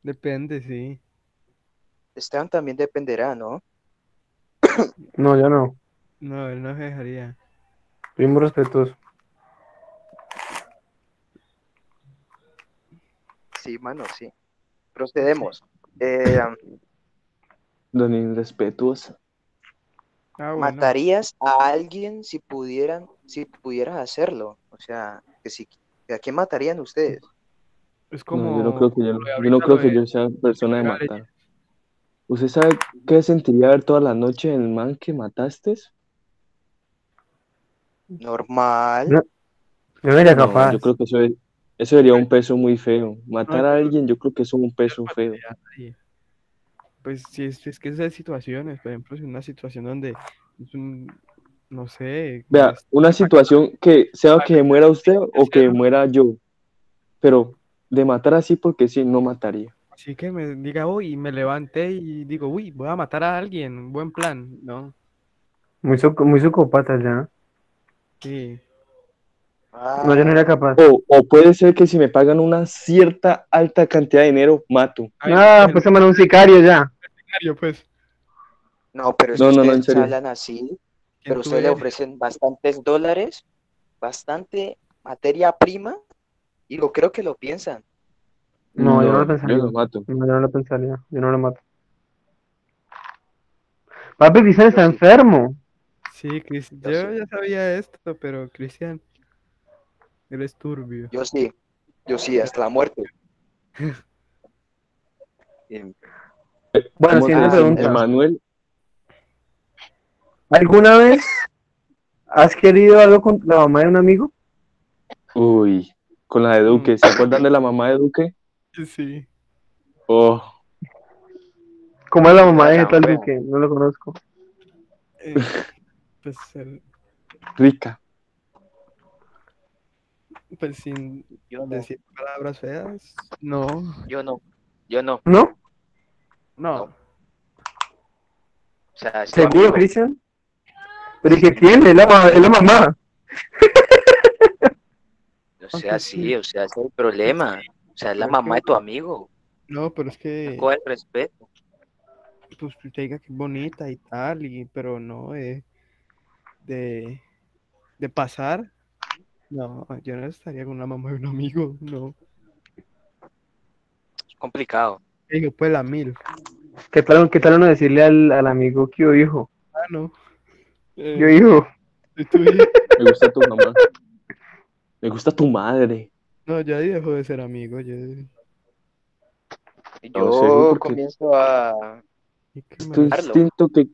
Speaker 4: Depende, sí.
Speaker 1: Esteban también dependerá, ¿no?
Speaker 2: No, yo no.
Speaker 4: No, él no se dejaría.
Speaker 2: Soy muy respetuoso.
Speaker 1: Sí,
Speaker 5: Sí, mano, sí. Procedemos. Eh,
Speaker 3: Don irrespetuosa.
Speaker 4: Ah, bueno.
Speaker 1: ¿Matarías a alguien si pudieran, si pudieras hacerlo? O sea, que si, ¿a quién matarían ustedes?
Speaker 4: Es
Speaker 3: No,
Speaker 4: como.
Speaker 3: yo no creo que yo, yo
Speaker 4: lo de
Speaker 3: no
Speaker 4: ahorita,
Speaker 3: creo
Speaker 4: lo
Speaker 3: que
Speaker 4: de-
Speaker 3: yo sea persona de
Speaker 4: lo de-
Speaker 3: matar. ¿Usted sabe qué sentiría ver toda la noche el man que mataste?
Speaker 1: Normal.
Speaker 2: No. Yo no era
Speaker 3: No,
Speaker 2: capaz.
Speaker 3: yo creo que eso, es- eso sería un peso muy feo. Matar a alguien, yo creo que eso es un peso feo.
Speaker 4: Pues si es, es que esas situaciones, por ejemplo, si una situación donde es un, no sé,
Speaker 3: Vea,
Speaker 4: es-
Speaker 3: una situación que sea que muera usted o que muera yo. Pero de matar así porque sí, no mataría.
Speaker 4: así que me diga, uy, me levanté y digo, uy, voy a matar a alguien, buen plan, ¿no?
Speaker 2: Muy, soco- muy psicópata ya.
Speaker 4: Sí,
Speaker 1: Ah,
Speaker 2: No, yo no era capaz.
Speaker 3: O, o puede ser que si me pagan una cierta alta cantidad de dinero, mato.
Speaker 4: Ay,
Speaker 2: ah,
Speaker 4: bueno.
Speaker 2: pues se mandó un sicario ya.
Speaker 4: yo pues,
Speaker 1: no, pero es
Speaker 3: No,
Speaker 1: que
Speaker 3: no, no, en
Speaker 1: ustedes
Speaker 3: serio.
Speaker 1: hablan así,
Speaker 4: ¿quién
Speaker 1: pero
Speaker 4: tú
Speaker 1: ustedes le
Speaker 4: eres?
Speaker 1: ofrecen bastantes dólares, bastante materia prima, y yo creo que lo piensan.
Speaker 2: No, yo no lo
Speaker 3: Yo
Speaker 2: pensaría.
Speaker 3: lo mato.
Speaker 2: No, yo no lo pensaría. Yo no lo mato. Papi, Cristian está enfermo.
Speaker 4: Sí, Cris-
Speaker 1: Yo
Speaker 4: yo
Speaker 1: sí.
Speaker 4: ya sabía esto, pero Cristian, eres turbio.
Speaker 1: Yo sí, yo sí, hasta la muerte. Em,
Speaker 2: Bueno,
Speaker 3: ¿Cómo
Speaker 1: así?
Speaker 2: siguiente
Speaker 3: se llama?
Speaker 2: pregunta.
Speaker 3: Emanuel,
Speaker 2: ¿Alguna vez has querido algo con la mamá de un amigo?
Speaker 3: uy, con la de Duque. ¿Se acuerdan de la mamá de Duque?
Speaker 4: Sí,
Speaker 3: Oh,
Speaker 2: ¿Cómo es la mamá de
Speaker 1: La
Speaker 2: tal
Speaker 1: wea.
Speaker 2: Duque? No lo conozco.
Speaker 4: eh, pues, el-
Speaker 3: rica.
Speaker 4: pues sin
Speaker 1: Yo no,
Speaker 4: decir palabras feas, no,
Speaker 1: yo no, yo no.
Speaker 2: ¿No?
Speaker 4: no,
Speaker 1: O sea, Esteban
Speaker 2: ¿Seguro,
Speaker 1: dijo,
Speaker 2: Cristian? Pero ¿y qué tiene? Es la, ma- es la mamá.
Speaker 1: o sea, sí, o sea, ese es el problema. O sea, es la
Speaker 4: Creo
Speaker 1: mamá
Speaker 4: que-
Speaker 1: de tu amigo.
Speaker 4: no, pero es que...
Speaker 1: Coge el respeto.
Speaker 4: pues que te diga que es bonita y tal, y, pero no de, de, de pasar. No, yo no estaría con una mamá de un amigo, no.
Speaker 1: Es complicado.
Speaker 4: Digo, pues la mil.
Speaker 2: ¿Qué tal, qué tal uno decirle al, al amigo que yo hijo?
Speaker 4: Ah, no. Eh,
Speaker 2: Yo hijo.
Speaker 4: y tú dices,
Speaker 3: Me gusta tu mamá. Me gusta tu madre.
Speaker 4: no, yo ahí dejo de ser amigo. Yo,
Speaker 1: Yo
Speaker 3: No, seguro porque-
Speaker 1: comienzo a...
Speaker 4: ¿y qué
Speaker 3: Es
Speaker 4: más?
Speaker 3: tu
Speaker 1: Carlos.
Speaker 3: instinto que,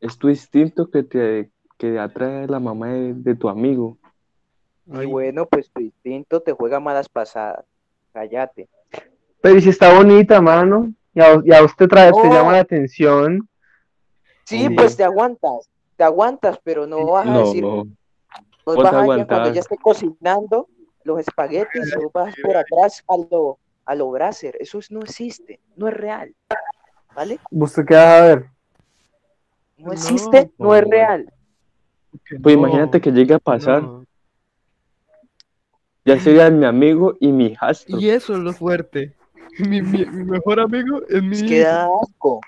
Speaker 3: es tu instinto que te, que te atrae la mamá de, de tu amigo.
Speaker 1: Y
Speaker 4: Ay,
Speaker 1: bueno, pues tu instinto te juega malas pasadas. Cállate.
Speaker 2: Pero ¿y si está bonita, mano? Y a, y a usted trae, te
Speaker 1: No.
Speaker 2: llama la atención.
Speaker 1: Sí,
Speaker 3: Hombre.
Speaker 1: pues te aguantas, te aguantas, pero no vas a
Speaker 3: No,
Speaker 1: decir,
Speaker 3: no.
Speaker 1: vos
Speaker 3: vos
Speaker 1: vas
Speaker 3: te
Speaker 1: allá
Speaker 3: aguantás.
Speaker 1: cuando ya esté cocinando los espaguetis, vos vas por atrás a lo, a lo brasser. Eso es- no existe, no es real. ¿Vale?
Speaker 2: ¿Usted qué va a ver?
Speaker 1: No existe, no, es
Speaker 3: no.
Speaker 1: real.
Speaker 4: que
Speaker 3: Pues
Speaker 4: no,
Speaker 3: imagínate que llegue a pasar.
Speaker 4: no.
Speaker 3: Ya sería mi amigo y mi hijastro.
Speaker 4: Y eso es lo fuerte. Mi, mi- mi mejor amigo es mi.
Speaker 1: Es que da asco.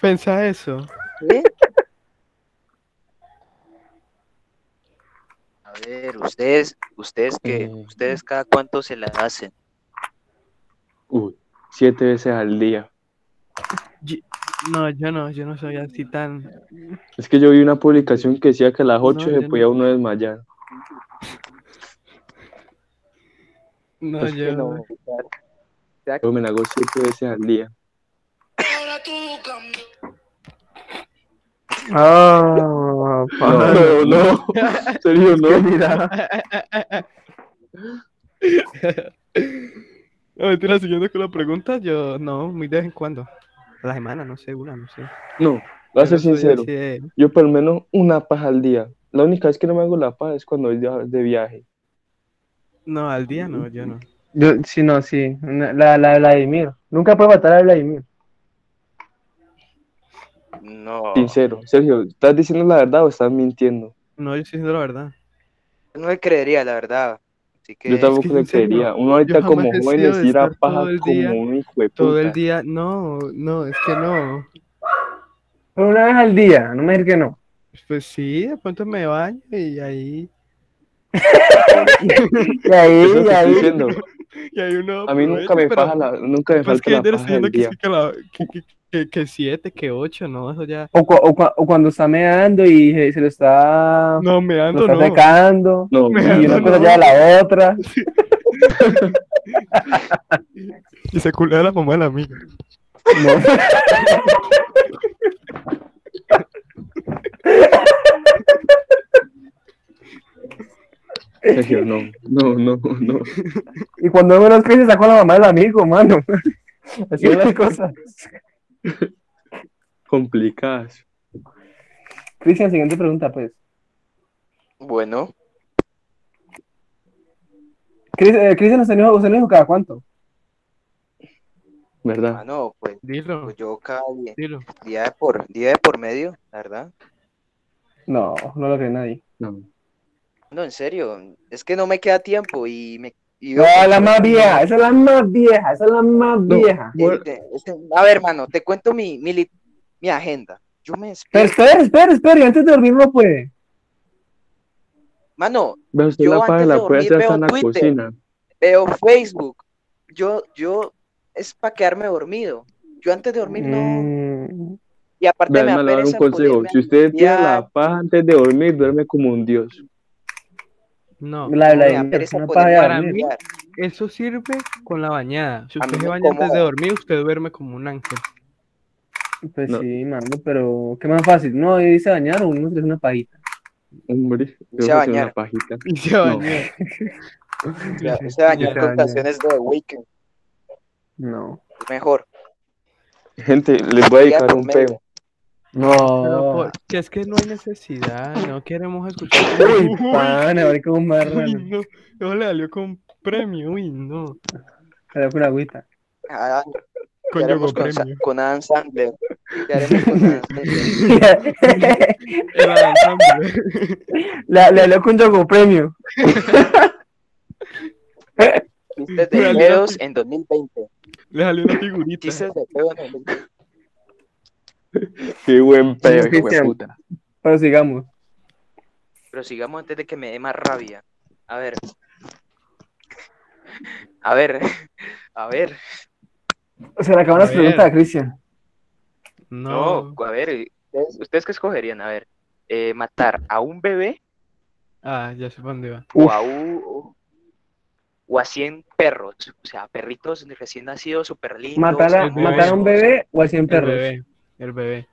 Speaker 4: Pensá eso.
Speaker 1: ¿eh? A ver, ustedes, ustedes que,
Speaker 3: Eh.
Speaker 1: ustedes cada cuánto se la hacen.
Speaker 3: Uy, siete veces al día.
Speaker 4: No, yo no, yo no soy así tan.
Speaker 3: Es que yo vi una publicación que decía que a las ocho
Speaker 4: No,
Speaker 3: se
Speaker 4: yo
Speaker 3: podía uno desmayar.
Speaker 4: No,
Speaker 3: Pues
Speaker 4: yo no.
Speaker 3: Yo me la hago siete veces al día.
Speaker 2: Ah,
Speaker 3: No,
Speaker 2: pa-
Speaker 3: no, no. En serio, no.
Speaker 4: No, mentira, siguiendo con la pregunta, yo no, muy de vez en cuando. A la semana, no sé, una, no sé.
Speaker 3: No, voy a
Speaker 4: Yo
Speaker 3: ser
Speaker 4: no soy
Speaker 3: sincero.
Speaker 4: así de-
Speaker 3: Yo por lo menos una paja al día. La única vez que no me hago la paja es cuando voy de de viaje.
Speaker 4: No, al día no, yo no.
Speaker 2: Yo, sí, no, sí. Una- La, la de Vladimir. Nunca puede matar a Vladimir.
Speaker 1: No.
Speaker 3: Sincero. Sergio, ¿estás diciendo la verdad o estás mintiendo?
Speaker 4: No, yo estoy diciendo la verdad.
Speaker 1: No le creería, la verdad. Así que
Speaker 3: Yo tampoco
Speaker 4: que
Speaker 3: le
Speaker 4: en serio,
Speaker 3: creería. Uno ahorita
Speaker 4: jamás
Speaker 3: como
Speaker 4: he sido
Speaker 3: joven
Speaker 4: de
Speaker 3: es ir a
Speaker 4: estar
Speaker 3: paja
Speaker 4: todo el
Speaker 3: como
Speaker 4: día-
Speaker 3: un hijo de
Speaker 4: Todo el
Speaker 3: puta.
Speaker 4: día, no, no, es que no.
Speaker 2: Pero una vez al día, no me digas que no.
Speaker 4: Pues sí, de pronto me baño y ahí.
Speaker 2: Y ahí,
Speaker 3: Eso
Speaker 2: y
Speaker 3: te estoy
Speaker 2: ahí.
Speaker 3: diciendo.
Speaker 4: Y ahí uno
Speaker 3: A mí nunca me,
Speaker 4: aprovecha, pero
Speaker 3: paja la, nunca me
Speaker 4: Pues
Speaker 3: falta
Speaker 4: que
Speaker 3: la
Speaker 4: Ender
Speaker 3: paja
Speaker 4: estoy viendo
Speaker 3: del
Speaker 4: que,
Speaker 3: día.
Speaker 4: sí, que, la- que, que, que, que siete, que ocho, no, eso ya.
Speaker 2: O, cu- o cua- o cuando está meando y se, se lo está,
Speaker 4: No, me
Speaker 2: lo
Speaker 4: ando,
Speaker 2: está
Speaker 4: no.
Speaker 2: secando.
Speaker 3: No,
Speaker 4: Me-
Speaker 2: Y una
Speaker 4: No,
Speaker 2: cosa
Speaker 4: no.
Speaker 2: lleva a la otra.
Speaker 4: Y se culea a la mamá de la amiga.
Speaker 3: Sergio, no, no, no, no.
Speaker 2: Y cuando menos que se sacó a la mamá del amigo, mano. Así son las cosas.
Speaker 3: Complicadas.
Speaker 2: Cristian, siguiente pregunta, pues.
Speaker 6: Bueno,
Speaker 2: Cris- eh, Cristian, ¿usted no usted no dijo cada cuánto?
Speaker 3: ¿Verdad?
Speaker 6: mano, pues,
Speaker 4: Dilo,
Speaker 6: pues yo cada día,
Speaker 4: dilo.
Speaker 6: día de por, día de por medio, la verdad.
Speaker 2: No, no lo cree nadie.
Speaker 3: No.
Speaker 6: No, en serio, es que no me queda tiempo y me... y
Speaker 2: No,
Speaker 6: yo- pues,
Speaker 2: la más vieja, esa es la más vieja, esa es la más
Speaker 3: No.
Speaker 2: vieja.
Speaker 6: Eh, te- este- a ver, mano, te cuento mi, mi, li- mi agenda. Yo me
Speaker 2: Pero
Speaker 6: despierto.
Speaker 2: espera, espera, espera, y antes de pues. dormir no puede.
Speaker 6: Mano,
Speaker 3: Ve usted
Speaker 6: Yo
Speaker 3: la paja
Speaker 6: antes
Speaker 3: de
Speaker 6: de
Speaker 3: la puede
Speaker 6: dormir
Speaker 3: hacer hasta
Speaker 6: veo
Speaker 3: en la
Speaker 6: Twitter.
Speaker 3: cocina.
Speaker 6: veo Facebook. Yo, yo, es para quedarme dormido. Yo antes de dormir no.
Speaker 2: Mm,
Speaker 6: Y aparte
Speaker 3: Vean,
Speaker 6: me da
Speaker 3: le voy a dar un
Speaker 6: pereza
Speaker 3: consejo.
Speaker 6: ponerme a
Speaker 3: Si usted tiene la
Speaker 6: limpiar.
Speaker 3: paja antes de dormir, duerme como un dios.
Speaker 4: No,
Speaker 2: La de
Speaker 6: Me da
Speaker 2: la
Speaker 6: pereza
Speaker 2: una paja
Speaker 6: ponerme
Speaker 2: de
Speaker 6: a
Speaker 4: para
Speaker 2: dormir.
Speaker 6: limpiar.
Speaker 4: eso sirve con la bañada. Si
Speaker 6: A mí
Speaker 4: usted se
Speaker 6: me
Speaker 4: baña antes de
Speaker 6: incomoda.
Speaker 4: dormir, usted duerme como un ángel.
Speaker 2: Pues
Speaker 3: No.
Speaker 2: sí, mano, pero qué más fácil. No, dice bañar o uno se hace una pajita.
Speaker 3: Hombre, yo
Speaker 6: Se
Speaker 3: voy a hacer
Speaker 6: bañar.
Speaker 3: una pajita.
Speaker 4: Y se baña.
Speaker 6: O sea, ese bañar
Speaker 2: se
Speaker 6: con
Speaker 2: baña.
Speaker 6: canciones de The Weeknd
Speaker 2: No.
Speaker 6: es mejor.
Speaker 3: Gente, les voy a
Speaker 6: Ya
Speaker 3: dedicar un
Speaker 6: comer.
Speaker 3: peo.
Speaker 4: Pero
Speaker 2: No.
Speaker 4: por- que es que no hay necesidad, no queremos escuchar.
Speaker 2: Uy,
Speaker 4: Uy,
Speaker 2: pana, ahorita como un
Speaker 4: uy,
Speaker 2: marrano.
Speaker 4: no, eso le salió con premio, uy, no.
Speaker 2: Se le fue una agüita.
Speaker 6: Ah, ¿qué
Speaker 4: Con
Speaker 6: haremos
Speaker 4: yogo
Speaker 6: con, Sa-
Speaker 4: premio.
Speaker 6: con Adam Sandler? ¿Qué haremos con Adam Sandler?
Speaker 4: El Adam Sandler.
Speaker 2: La- Le habló con Yogo Premio.
Speaker 6: Chistes de
Speaker 4: Realidad.
Speaker 6: pedos en 2020.
Speaker 4: Le salió una figurita.
Speaker 6: Chistes de pedos en 2020.
Speaker 3: Qué buen peo, hijo de
Speaker 2: Cristian.
Speaker 3: puta.
Speaker 2: Pero sigamos.
Speaker 1: Pero sigamos antes de que me dé más rabia. A ver. A ver. A ver.
Speaker 2: Se le acaban las
Speaker 4: A ver.
Speaker 2: preguntas a Cristian.
Speaker 1: No,
Speaker 4: No.
Speaker 1: a ver. eh, ¿Ustedes, ustedes qué escogerían? A ver. eh, ¿Matar a un bebé
Speaker 4: Ah, ya sé para dónde va.
Speaker 1: o a, un, o a 100 perros? O sea, perritos recién nacidos, súper lindos.
Speaker 2: ¿Matar a,
Speaker 4: el bebé.
Speaker 2: matar a un bebé o a 100
Speaker 4: El
Speaker 2: perros?
Speaker 4: bebé. El bebé.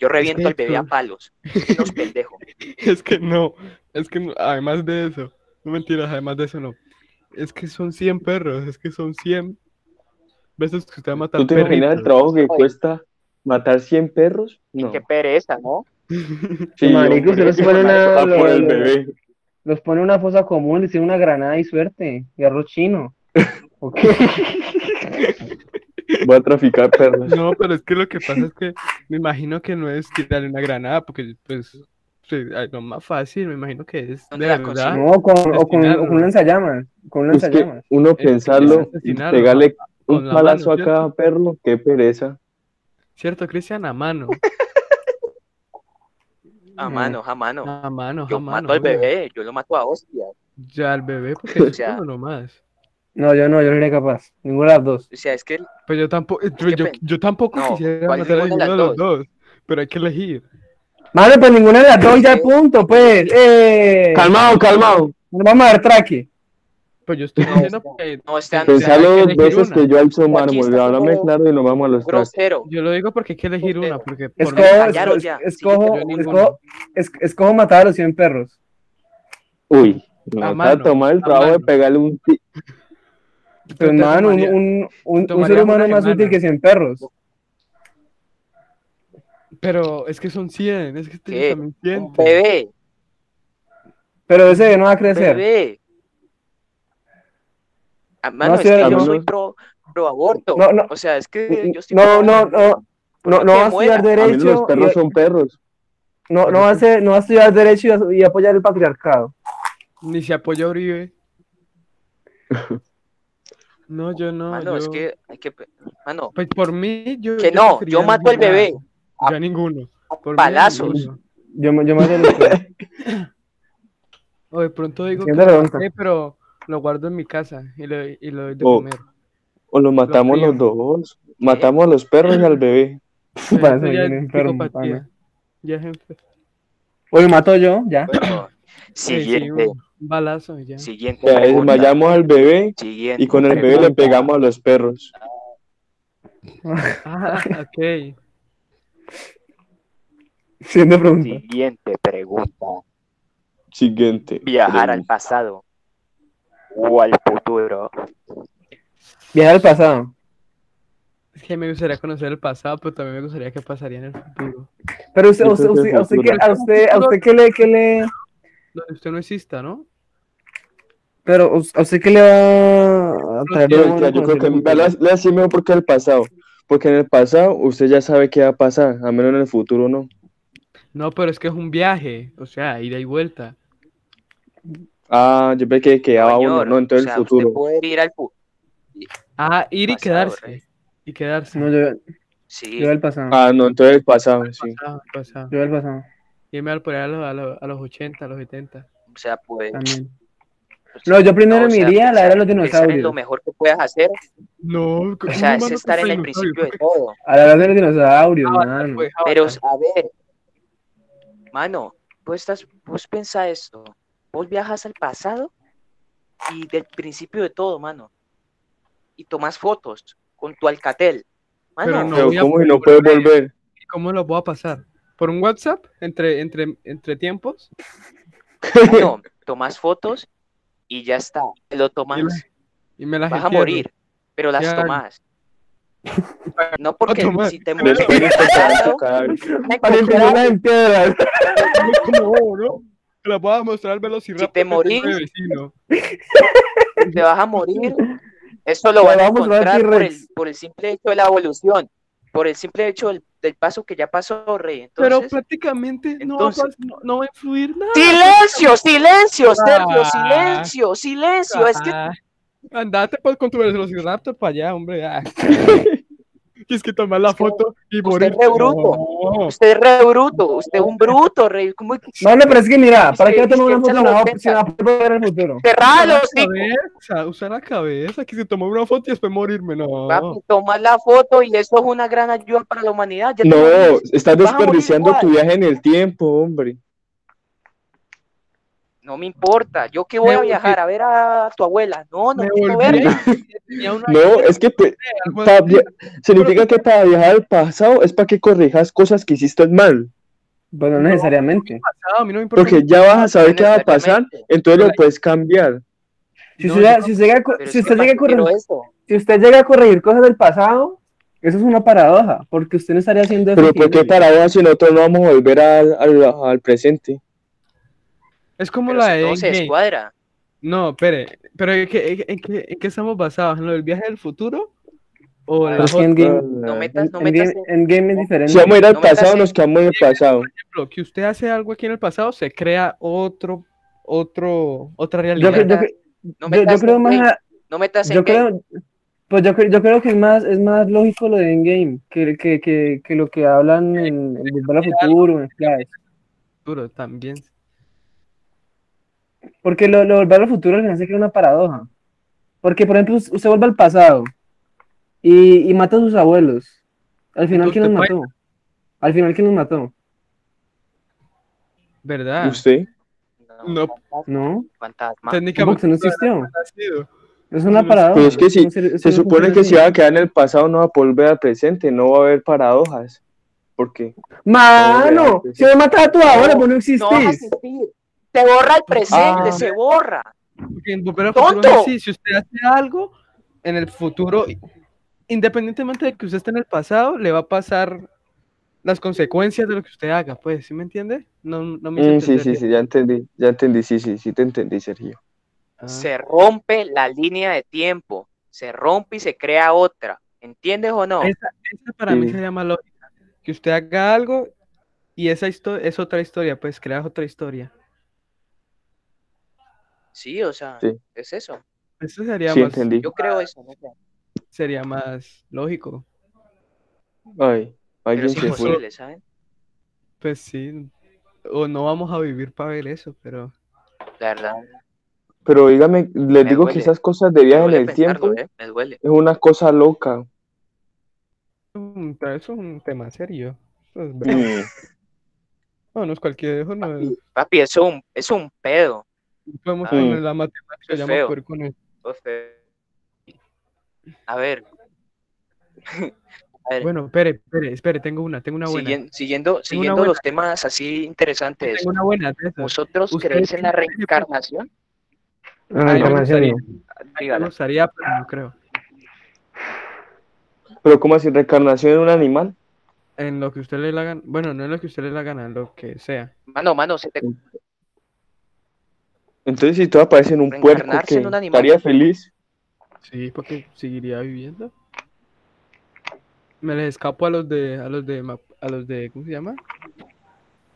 Speaker 1: Yo reviento al bebé a
Speaker 4: Eso.
Speaker 1: palos. Los pendejos.
Speaker 4: Es que no. Es que no- además de eso. No mentiras, además de eso no. Es que son 100 perros. Es que son 100 veces que usted va a matar
Speaker 3: ¿Tú te imaginas el
Speaker 4: perritos.
Speaker 3: trabajo que cuesta matar 100 perros? No.
Speaker 1: Qué pereza, ¿no?
Speaker 3: Sí,
Speaker 7: Marico,
Speaker 3: hombre.
Speaker 7: se los ponen a-
Speaker 3: Ah, por el
Speaker 7: los-
Speaker 3: bebé.
Speaker 7: Los pone en una fosa común, les tiene una granada y suerte. Y arroz chino. ¿Ok?
Speaker 3: Voy a traficar perros.
Speaker 4: No, pero es que lo que pasa es que me imagino que no es tirarle una granada, porque pues sí, ay, lo más fácil, me imagino que es de
Speaker 1: ¿Dónde la
Speaker 4: verdad.
Speaker 1: consiguen?
Speaker 2: No, con, o, con, o
Speaker 4: Destinarlo.
Speaker 2: con un lanzallamas. Con un
Speaker 3: Ah, Es que
Speaker 2: lanzallamas.
Speaker 3: uno
Speaker 4: que
Speaker 3: pensarlo,
Speaker 4: quieres
Speaker 3: y
Speaker 4: asesinarlo,
Speaker 3: pegarle
Speaker 4: con
Speaker 3: un
Speaker 4: la mano,
Speaker 3: palazo a
Speaker 4: ¿cierto?
Speaker 3: cada perro, qué pereza.
Speaker 4: ¿Cierto, Cristian? A mano.
Speaker 1: A mano, a mano.
Speaker 4: A mano,
Speaker 1: Yo
Speaker 4: a mano.
Speaker 1: mato al
Speaker 4: joder.
Speaker 1: bebé, yo lo mato a hostias.
Speaker 4: Ya al bebé, porque es
Speaker 1: sea-
Speaker 4: uno nomás.
Speaker 2: No, yo no, yo no sería capaz. Ninguna de las dos.
Speaker 1: O sea, es que
Speaker 4: Pero Pues yo tampoco, yo,
Speaker 1: que
Speaker 4: yo-
Speaker 1: pen-
Speaker 4: yo tampoco
Speaker 1: No,
Speaker 4: quisiera
Speaker 1: ¿cuál es
Speaker 4: matar a
Speaker 1: ninguna de
Speaker 4: ninguno de
Speaker 1: las
Speaker 4: los dos. Pero hay que elegir.
Speaker 2: Madre, pues ninguna de las dos ya punto, pues. ¡Eh!
Speaker 3: Calmado, calmado.
Speaker 2: Nos vamos a dar traque.
Speaker 4: Pero Pues yo estoy
Speaker 1: No,
Speaker 4: diciendo porque
Speaker 1: no están
Speaker 4: Pues,
Speaker 3: Pensalo
Speaker 4: hay que
Speaker 3: dos
Speaker 4: elegir
Speaker 3: veces
Speaker 4: una.
Speaker 3: que yo alzo
Speaker 1: Aquí
Speaker 3: mármol.
Speaker 1: está
Speaker 3: Háblame
Speaker 1: como
Speaker 3: claro y nos vamos a los tres.
Speaker 1: grosero.
Speaker 4: yo lo digo porque hay que elegir una, porque por
Speaker 2: Escojo,
Speaker 4: mí-
Speaker 1: callaron ya.
Speaker 2: escojo,
Speaker 4: Sí, yo ninguno.
Speaker 2: escojo, es- escojo matar a los 100 perros.
Speaker 3: Uy,
Speaker 4: A
Speaker 3: no a
Speaker 4: mano,
Speaker 3: tomar el
Speaker 4: a
Speaker 3: trabajo de
Speaker 4: mano.
Speaker 3: pegarle un ti-
Speaker 2: Pero,
Speaker 4: Entonces,
Speaker 2: hermano, Pues, un,
Speaker 4: tomaría-
Speaker 2: un, un, un ser
Speaker 4: tomaría
Speaker 2: humano es
Speaker 4: una
Speaker 2: más
Speaker 4: semana.
Speaker 2: útil que 100 perros.
Speaker 4: pero es que son 100, es que este
Speaker 1: ¿Qué?
Speaker 4: también siente.
Speaker 1: Un bebé,
Speaker 2: Pero ese bebé no va a crecer.
Speaker 1: bebé. Ah, mano,
Speaker 2: No,
Speaker 1: es
Speaker 2: sí,
Speaker 1: que yo
Speaker 3: hermano.
Speaker 1: soy pro, pro aborto.
Speaker 2: No, no.
Speaker 1: O sea, es que yo estoy
Speaker 2: No,
Speaker 1: pro-
Speaker 2: no, no. No, no
Speaker 1: que
Speaker 2: va a estudiar
Speaker 1: muera.
Speaker 3: A mí
Speaker 2: derecho.
Speaker 3: los perros
Speaker 2: y-
Speaker 3: son perros.
Speaker 2: No, no va a ser, no va a estudiar derecho y, a- y apoyar el patriarcado.
Speaker 4: Ni se apoya a Uribe. No, yo
Speaker 2: Ah,
Speaker 4: no.
Speaker 1: Mano, es
Speaker 4: yo-
Speaker 1: que hay que. pe- Mano,
Speaker 4: Pues por mí, yo.
Speaker 1: Que
Speaker 4: yo
Speaker 1: no,
Speaker 4: prefería
Speaker 1: yo mato al
Speaker 4: ninguno.
Speaker 1: bebé.
Speaker 4: Yo a ninguno.
Speaker 1: a
Speaker 4: Por mí,
Speaker 1: palazos.
Speaker 4: ninguno.
Speaker 2: Yo, me- yo me hago lo que-
Speaker 4: O de pronto digo que
Speaker 2: Entiendo la
Speaker 4: lo
Speaker 2: pregunta.
Speaker 4: maté, pero lo guardo en mi casa y lo, y lo doy de
Speaker 3: Oh.
Speaker 4: comer.
Speaker 3: O los matamos
Speaker 4: crío.
Speaker 3: los dos. Matamos a los perros y al bebé.
Speaker 4: Pero
Speaker 2: Para
Speaker 4: eso
Speaker 2: eso
Speaker 4: ya
Speaker 2: viene
Speaker 4: es
Speaker 2: enfermo,
Speaker 4: psicopatía.
Speaker 2: pana.
Speaker 4: Ya es enfer-
Speaker 8: O lo mato yo, ya.
Speaker 1: Bueno,
Speaker 4: Sí, sí,
Speaker 1: siguiente,
Speaker 4: un balazo y ya.
Speaker 1: siguiente.
Speaker 3: O sea,
Speaker 1: pregunta,
Speaker 3: desmayamos al bebé
Speaker 1: Siguiente.
Speaker 3: y con el bebé le
Speaker 2: pregunta.
Speaker 3: pegamos a los perros.
Speaker 4: Ah, ok.
Speaker 2: Siguiente pregunta.
Speaker 1: Siguiente pregunta.
Speaker 3: Siguiente.
Speaker 1: Viajar al
Speaker 3: pregunta.
Speaker 1: pasado o al futuro.
Speaker 2: Viajar al pasado.
Speaker 4: Es que me gustaría conocer el pasado, pero también me gustaría qué pasaría en el futuro.
Speaker 2: Pero usted,
Speaker 3: Yo
Speaker 2: usted,
Speaker 3: creo que
Speaker 2: usted, usted,
Speaker 3: futuro.
Speaker 2: ¿qué- a usted, a usted qué le, qué le,
Speaker 4: Donde usted no exista, ¿no?
Speaker 2: pero us- a usted qué le va a traer
Speaker 4: Yo
Speaker 3: Pero
Speaker 2: de bueno
Speaker 3: ya, yo creo que
Speaker 2: conocer el
Speaker 3: vea, le voy a decir mejor porque el pasado. Porque en el pasado usted ya sabe qué va a pasar, a menos en el futuro no.
Speaker 4: No, pero es que es un viaje, o sea, ida y vuelta.
Speaker 3: Ah, yo pensé que quedaba uno,
Speaker 1: Señor,
Speaker 3: no, entonces
Speaker 1: o sea,
Speaker 3: el
Speaker 1: usted
Speaker 3: futuro.
Speaker 1: puede ir al fu-
Speaker 4: Ah, ir y
Speaker 1: Pasado,
Speaker 4: quedarse.
Speaker 1: rey.
Speaker 4: Y quedarse.
Speaker 2: No, yo,
Speaker 1: Sí,
Speaker 2: yo al pasado.
Speaker 3: Ah, no, entonces el pasado, sí.
Speaker 4: Pasado, pasado.
Speaker 2: Yo al pasado
Speaker 4: Irme al por ahí a los, a los- a los 80, a los 70.
Speaker 1: o sea, pues.
Speaker 2: también. No, yo primero me iría a la era de los
Speaker 1: Pensar en lo
Speaker 2: dinosaurios.
Speaker 1: mejor que puedas hacer,
Speaker 4: No,
Speaker 1: o sea, es estar en el principio de todo.
Speaker 2: A la era de los dinosaurios,
Speaker 4: Ah,
Speaker 2: mano.
Speaker 4: pues,
Speaker 1: Pero, a ver, mano, vos, estás, vos pensá esto. Vos viajas al pasado y del principio de todo, mano. Y tomás fotos con tu alcatel. Mano,
Speaker 4: Pero
Speaker 3: Pero
Speaker 4: voy a
Speaker 3: ¿cómo si no puede
Speaker 4: volver.
Speaker 3: volver?
Speaker 4: ¿Cómo lo voy a pasar? ¿Por un WhatsApp? ¿Entre, entre, entre tiempos?
Speaker 1: mano, tomás fotos y ya está. Lo tomás.
Speaker 4: Y la- Y me las
Speaker 1: Vas a
Speaker 4: entiendo.
Speaker 1: morir, pero las
Speaker 4: Ya.
Speaker 1: tomás. No porque
Speaker 4: tomar.
Speaker 1: si te mueres,
Speaker 3: Después de encontrar tu cadáver.
Speaker 2: Para enfermarla en piedras.
Speaker 4: ¿Cómo, vos, no? Te las voy a mostrar al velociraptor
Speaker 1: Si te
Speaker 4: que tengo de
Speaker 1: morís,
Speaker 4: vecino.
Speaker 1: te vas a morir. Eso lo
Speaker 2: Te
Speaker 1: van a
Speaker 2: vamos a dar
Speaker 1: encontrar por
Speaker 2: T-Rex.
Speaker 1: el, por el simple hecho de la evolución, por el simple hecho del, del paso que ya pasó, Rey.
Speaker 4: Pero
Speaker 1: Entonces,
Speaker 4: prácticamente no, va a
Speaker 1: entonces-
Speaker 4: pas- no, no va a influir nada.
Speaker 1: ¡Silencio, silencio, Sergio!
Speaker 4: Ah.
Speaker 1: ¡Silencio, silencio! Es que
Speaker 4: Ah, Andate pues con tu velociraptor para allá, hombre. ah. Tienes que tomar la
Speaker 1: Es que
Speaker 4: foto y
Speaker 1: usted
Speaker 4: morir.
Speaker 1: es re bruto.
Speaker 4: No.
Speaker 1: usted es re bruto, usted es un bruto, Rey. ¿Cómo que
Speaker 2: No, no, pero es que mira, ¿para
Speaker 1: Sí,
Speaker 2: qué va a tomar
Speaker 1: sí,
Speaker 2: una
Speaker 1: se
Speaker 2: foto
Speaker 1: lo
Speaker 2: si no va-
Speaker 1: acepta.
Speaker 2: si no va a poder ver el futuro?
Speaker 1: cerrar
Speaker 4: la
Speaker 1: los
Speaker 4: cabeza, usar la cabeza, que se tomó una foto y después morirme, no.
Speaker 1: Papi, tomar la foto y eso es una gran ayuda para la humanidad. ya te
Speaker 3: No,
Speaker 1: morís.
Speaker 3: estás
Speaker 1: Vas a morir
Speaker 3: desperdiciando
Speaker 1: igual.
Speaker 3: tu viaje en el tiempo, hombre.
Speaker 1: No me importa. ¿Yo que voy
Speaker 4: Me
Speaker 1: a
Speaker 4: volví-
Speaker 1: viajar? ¿A ver a tu abuela? No, no
Speaker 4: me
Speaker 1: quiero
Speaker 4: volví.
Speaker 1: verla.
Speaker 4: Tenía una
Speaker 3: No, es que pues,
Speaker 4: algo
Speaker 3: pa-
Speaker 4: así.
Speaker 3: via- significa que para viajar al pasado es para que corrijas cosas que hiciste mal.
Speaker 2: Pues no necesariamente.
Speaker 4: pasado, a mí no me importa.
Speaker 3: Porque ya vas a saber qué va a pasar,
Speaker 1: Necesariamente.
Speaker 3: entonces lo puedes cambiar.
Speaker 2: Si
Speaker 4: No,
Speaker 2: usted llega-
Speaker 4: yo-
Speaker 2: si usted llega a co-
Speaker 1: Pero
Speaker 2: si
Speaker 1: es
Speaker 2: usted
Speaker 1: que
Speaker 2: llega a
Speaker 1: ¿para qué quiero
Speaker 2: corregir-
Speaker 1: esto?
Speaker 2: si usted llega a corregir cosas del pasado, eso es una paradoja, porque usted no estaría haciendo eso.
Speaker 3: Pero
Speaker 2: que
Speaker 3: ¿por qué
Speaker 2: vive.
Speaker 3: para ahora si nosotros no vamos a volver al, al- al presente?
Speaker 4: Es como
Speaker 1: Pero
Speaker 4: la
Speaker 1: si
Speaker 4: de
Speaker 1: todo se
Speaker 4: Endgame.
Speaker 1: descuadra.
Speaker 4: No, espere, pero ¿en qué, en, qué, ¿en qué estamos basados? ¿En lo del viaje del futuro? ¿O
Speaker 1: Pues
Speaker 2: Pero
Speaker 4: en la
Speaker 2: es que
Speaker 4: foto,
Speaker 2: en game,
Speaker 1: No
Speaker 3: Si
Speaker 1: metas, no
Speaker 2: en
Speaker 1: metas.
Speaker 2: game, en game es diferente.
Speaker 3: vamos a ir al
Speaker 1: No metas
Speaker 3: pasado,
Speaker 1: en-
Speaker 3: nos quedamos en el pasado.
Speaker 4: que usted hace algo aquí en el pasado, se crea otro, otro, otra
Speaker 2: yo,
Speaker 4: realidad?
Speaker 2: cre- yo, cre-
Speaker 1: No
Speaker 2: yo- yo
Speaker 1: metas
Speaker 2: creo
Speaker 1: en
Speaker 2: más
Speaker 1: game,
Speaker 2: a-
Speaker 1: No metas en
Speaker 2: yo
Speaker 1: game.
Speaker 2: creo pues yo, cre- yo creo que es más es más lógico lo de Endgame que, que, que, que lo que hablan en, en Volver al Futuro en Flash.
Speaker 4: Futuro también.
Speaker 2: Porque lo, lo de Volver al Futuro al final se crea una paradoja. Porque, por ejemplo, us- usted vuelve al pasado y, y mata a sus abuelos. Al final, ¿quién los
Speaker 4: Entonces,
Speaker 2: mató? Al final, ¿quién los mató?
Speaker 4: ¿Verdad?
Speaker 3: ¿Usted?
Speaker 4: No.
Speaker 1: fantasma,
Speaker 2: No,
Speaker 1: Fantasma.
Speaker 2: no, porque
Speaker 4: Técnicamente
Speaker 2: usted no existió.
Speaker 4: nacido.
Speaker 2: Es una paradoja.
Speaker 3: Pues es que si-
Speaker 2: No se-
Speaker 3: Se
Speaker 2: no
Speaker 3: supone
Speaker 2: funciona
Speaker 3: que si va
Speaker 2: así.
Speaker 3: a quedar en el pasado, no va a volver al presente, no va a haber paradojas. ¿Por qué?
Speaker 2: ¡Mano!
Speaker 3: Obviamente,
Speaker 2: Si me matas a tu abuela,
Speaker 1: No,
Speaker 2: pues no
Speaker 1: No vas a
Speaker 2: existís.
Speaker 1: asistir. Se borra el presente,
Speaker 3: Ah.
Speaker 1: se borra.
Speaker 4: Porque en Volver al Futuro es
Speaker 1: ¡Tonto!
Speaker 4: así, si usted hace algo en el futuro, independientemente de que usted esté en el pasado, le va a pasar las consecuencias de lo que usted haga, pues, ¿sí me entiende? No, no me
Speaker 3: Mm,
Speaker 4: hice
Speaker 3: sí,
Speaker 4: entender
Speaker 3: sí,
Speaker 4: bien.
Speaker 3: sí, ya entendí, ya entendí, sí, sí, sí, te entendí, Sergio.
Speaker 4: Ah.
Speaker 1: Se rompe la línea de tiempo. Se rompe y se crea otra. ¿Entiendes o no?
Speaker 4: Esa, esa para mí
Speaker 3: Sí.
Speaker 4: sería más lógica. Que usted haga algo y esa historia es otra historia, pues creas otra historia.
Speaker 6: Sí, o sea,
Speaker 3: Sí.
Speaker 6: es eso.
Speaker 4: Eso sería
Speaker 3: Sí,
Speaker 4: más,
Speaker 3: entendí.
Speaker 6: Yo creo eso, no sé.
Speaker 4: sería más lógico.
Speaker 3: Ay,
Speaker 6: Pero
Speaker 3: alguien
Speaker 6: es
Speaker 3: se fue.
Speaker 6: imposible, ¿saben?
Speaker 4: Pues sí. O no vamos a vivir para ver eso, pero
Speaker 1: La verdad,
Speaker 3: Pero dígame, les
Speaker 1: Me
Speaker 3: digo
Speaker 1: duele.
Speaker 3: que esas cosas de
Speaker 1: me
Speaker 3: viaje en
Speaker 1: duele
Speaker 3: el
Speaker 1: pensarlo,
Speaker 3: tiempo
Speaker 1: ¿eh? Me duele.
Speaker 3: es una cosa loca.
Speaker 4: mm, pero eso es un tema serio. Eso es bravo.
Speaker 3: Mm.
Speaker 4: No, no es cualquier eso no es-
Speaker 1: Papi, eso es un, es un pedo.
Speaker 4: podemos
Speaker 1: Ah,
Speaker 4: poner la matemática,
Speaker 1: es
Speaker 4: ya
Speaker 1: feo.
Speaker 4: me con el-
Speaker 1: o sea. eh. A ver. A ver,
Speaker 4: Bueno, espere, espere, espere, tengo una, tengo una buena.
Speaker 1: siguien- siguiendo, siguiendo
Speaker 4: buena.
Speaker 1: los temas así interesantes,
Speaker 4: Tengo una buena de esas.
Speaker 1: ¿vosotros
Speaker 4: Ustedes
Speaker 1: creéis en la
Speaker 4: tienen-
Speaker 1: reencarnación?
Speaker 4: Ah,
Speaker 7: Ah,
Speaker 4: me gustaría,
Speaker 7: información.
Speaker 4: me
Speaker 1: Dígala.
Speaker 4: gustaría, pero no creo.
Speaker 3: Pero como así, reencarnación en un animal.
Speaker 4: En lo que usted le la gana, bueno, no en lo que usted le la gana, en lo que sea.
Speaker 1: Mano, mano, se te
Speaker 3: Entonces, si tú apareces en un puerco,
Speaker 1: Reencarnarse
Speaker 3: ¿qué?
Speaker 1: en un animal.
Speaker 3: ¿Estaría feliz?
Speaker 4: Sí, porque seguiría viviendo. Me les escapo a los de, a los de, Ma- a los de, ¿cómo se llama?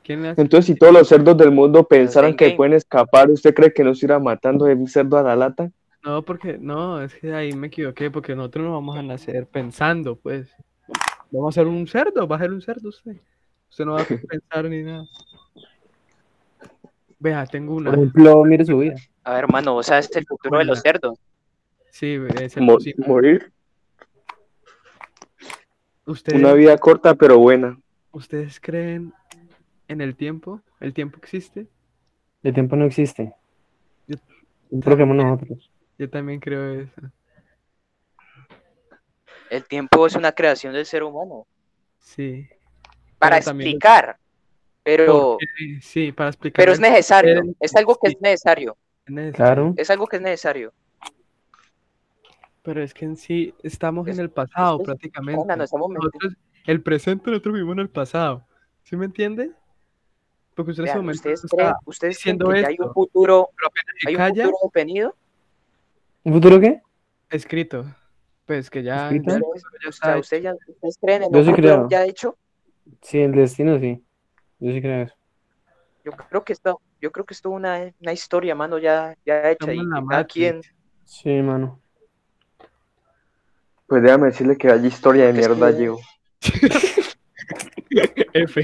Speaker 4: ¿Quién le hace?
Speaker 3: Entonces, si todos los cerdos del mundo pensaran que
Speaker 1: Endgame.
Speaker 3: pueden escapar, ¿usted cree que nos irá matando de un cerdo a la lata?
Speaker 4: No, porque, no, es que ahí me equivoqué, porque nosotros no vamos a nacer pensando, pues. Vamos a ser un cerdo, va a ser un cerdo usted. Usted no va a pensar ni nada. Vea, tengo una.
Speaker 7: Por ejemplo, mire su vida.
Speaker 1: A ver, mano, o sea, este es el futuro de los cerdos.
Speaker 4: Sí, es el
Speaker 3: Mo-
Speaker 4: posible.
Speaker 3: morir.
Speaker 4: ¿Ustedes,
Speaker 3: Una vida corta, pero buena.
Speaker 4: ¿Ustedes creen en el tiempo? ¿El tiempo existe?
Speaker 7: El tiempo no existe.
Speaker 4: Yo-
Speaker 7: Un programa nosotros.
Speaker 4: Yo también creo eso.
Speaker 1: El tiempo es una creación del ser humano.
Speaker 4: Sí.
Speaker 1: Para
Speaker 4: Pero también-
Speaker 1: explicar. Pero,
Speaker 4: Porque- sí, para explicar.
Speaker 1: pero es necesario.
Speaker 4: Pero-
Speaker 1: Es algo que
Speaker 4: sí.
Speaker 1: es necesario.
Speaker 7: Claro.
Speaker 1: Es algo que es necesario.
Speaker 4: Pero es que en sí estamos
Speaker 1: Es-
Speaker 4: en el pasado
Speaker 1: es-
Speaker 4: prácticamente.
Speaker 1: Mano, estamos metidos.
Speaker 4: Nosotros- el presente nosotros vivimos en el pasado. ¿Sí me entiende? Porque usted en ese
Speaker 1: Vean,
Speaker 4: momento
Speaker 1: ¿Ustedes
Speaker 4: no
Speaker 1: creen,
Speaker 4: está,
Speaker 1: ustedes creen
Speaker 4: diciendo
Speaker 1: que ya hay
Speaker 4: esto.
Speaker 1: un futuro,
Speaker 4: pero apenas se
Speaker 1: hay un
Speaker 4: calla,
Speaker 1: futuro definido?
Speaker 7: ¿Un futuro qué?
Speaker 4: escrito. Pues que ya,
Speaker 7: ¿Escrito?
Speaker 4: ya,
Speaker 1: ¿Ustedes,
Speaker 4: ya
Speaker 1: o sea,
Speaker 4: está hecho.
Speaker 1: ¿ustedes, ya, ¿Ustedes creen en
Speaker 7: Yo
Speaker 1: un
Speaker 7: sí
Speaker 1: futuro
Speaker 7: creo.
Speaker 1: ya hecho?
Speaker 7: Sí, el destino sí. Yo sí creo eso.
Speaker 1: Yo creo que esto, yo creo que esto es una, una historia, mano, ya, ya hecha.
Speaker 4: Estamos
Speaker 1: Y
Speaker 4: en la
Speaker 1: que cada quien,
Speaker 4: Matrix.
Speaker 7: Sí, mano.
Speaker 3: Pues déjame decirle que hay historia de
Speaker 1: Es que- mm.
Speaker 3: mierda, llevo.
Speaker 4: F.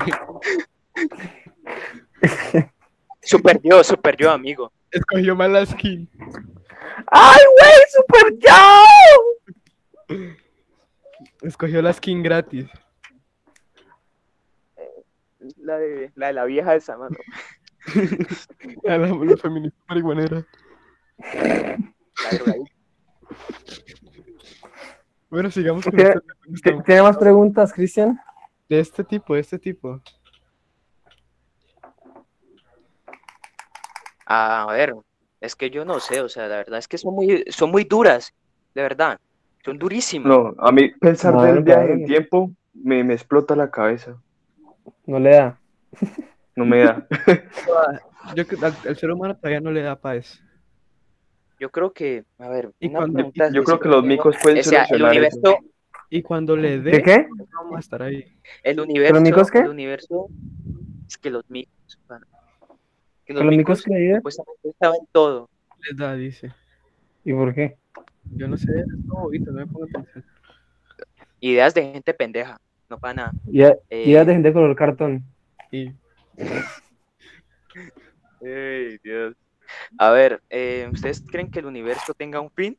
Speaker 1: super yo, super yo, amigo.
Speaker 4: Escogió mal la skin.
Speaker 7: ¡Ay, güey! ¡Super yo!
Speaker 4: Escogió la skin gratis.
Speaker 1: La de la, de la vieja esa, mano.
Speaker 4: A la, la feminista marihuanera.
Speaker 1: La drogadicta.
Speaker 4: Bueno, sigamos con
Speaker 7: ¿Qué?
Speaker 4: este tema que estamos-
Speaker 7: ¿Tiene más preguntas, Cristian?
Speaker 4: De este tipo, de este tipo.
Speaker 1: A ver, es que yo no sé, o sea, la verdad es que son muy, son muy duras, de verdad. Son durísimas.
Speaker 3: No, a mí pensar
Speaker 7: No,
Speaker 3: del
Speaker 7: no,
Speaker 3: viaje
Speaker 7: claro.
Speaker 3: en tiempo me, me explota la cabeza.
Speaker 7: No le da.
Speaker 3: No me da.
Speaker 4: Yo, creo- al, al ser humano todavía no le da para eso.
Speaker 1: Yo creo que, a ver,
Speaker 4: Y
Speaker 1: una
Speaker 4: cuando-
Speaker 1: pregunta
Speaker 3: Yo creo que
Speaker 1: siempre
Speaker 3: los
Speaker 1: tengo,
Speaker 3: micos pueden
Speaker 1: o sea, el
Speaker 3: solucionar eso.
Speaker 1: universo,
Speaker 4: Y cuando le dé,
Speaker 7: ¿Qué qué?
Speaker 4: vamos a estar ahí.
Speaker 1: el universo,
Speaker 7: micos qué?
Speaker 1: el universo, es que los micos, mano. que los
Speaker 7: ¿Con los
Speaker 1: micos
Speaker 7: micos que hay?
Speaker 1: supuestamente estaban en todo.
Speaker 4: Les da, dice.
Speaker 7: ¿Y por qué?
Speaker 4: Yo no sé, es como bobito, no me pongo atención.
Speaker 1: Ideas de gente pendeja, no para nada.
Speaker 7: Ya,
Speaker 1: Eh,
Speaker 7: ya de gente color cartón.
Speaker 4: Y
Speaker 1: Ey, Dios. A ver, eh, ¿ustedes creen que el universo tenga un fin?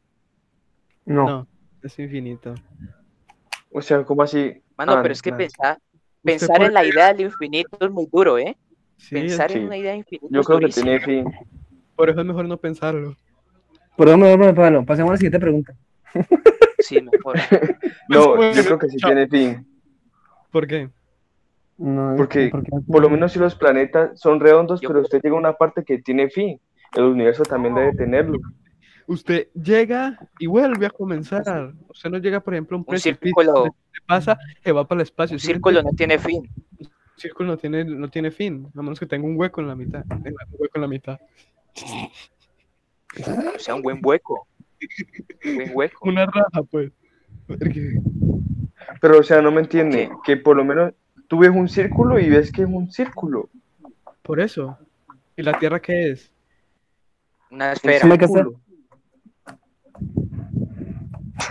Speaker 7: No.
Speaker 4: No. es infinito.
Speaker 3: O sea, ¿cómo así?
Speaker 1: Mano,
Speaker 3: Ah,
Speaker 1: pero es que
Speaker 3: claro.
Speaker 1: pensar, pensar
Speaker 4: puede
Speaker 1: en la idea del infinito es muy duro, ¿eh?
Speaker 4: Sí, es-
Speaker 1: pensar en
Speaker 3: sí.
Speaker 1: una idea infinita
Speaker 3: Yo
Speaker 1: es
Speaker 3: creo que
Speaker 1: durísimo.
Speaker 3: tiene fin.
Speaker 4: por eso es mejor no pensarlo.
Speaker 7: Por eso me duermo de palo. Pasemos a la siguiente pregunta.
Speaker 1: Sí, mejor.
Speaker 3: No,
Speaker 4: Bueno,
Speaker 3: yo creo que sí
Speaker 4: chao.
Speaker 3: tiene fin.
Speaker 4: ¿Por qué?
Speaker 7: No,
Speaker 3: Porque,
Speaker 7: ¿por qué?
Speaker 3: Por lo menos si los planetas son redondos,
Speaker 1: Yo
Speaker 3: pero
Speaker 1: creo
Speaker 3: usted llega a una parte que tiene fin. El universo también debe tenerlo.
Speaker 4: Usted llega y vuelve a comenzar. Usted no llega, por ejemplo, a un,
Speaker 1: Un
Speaker 4: precipicio.
Speaker 1: círculo,
Speaker 4: Se pasa, se va para el espacio.
Speaker 1: un
Speaker 4: ¿sí me
Speaker 1: círculo no tiene fin.
Speaker 4: El círculo no tiene, no tiene fin, a menos que tenga un hueco en la mitad. Tenga un hueco en la mitad.
Speaker 1: O sea, un buen hueco. Un buen hueco.
Speaker 4: Una raja, pues. Porque-
Speaker 3: Pero, o sea, no me entiende. Que por lo menos tú ves un círculo y ves que es un círculo.
Speaker 4: Por eso. ¿Y la tierra qué es?
Speaker 1: Una esfera.
Speaker 2: Sí, me casé.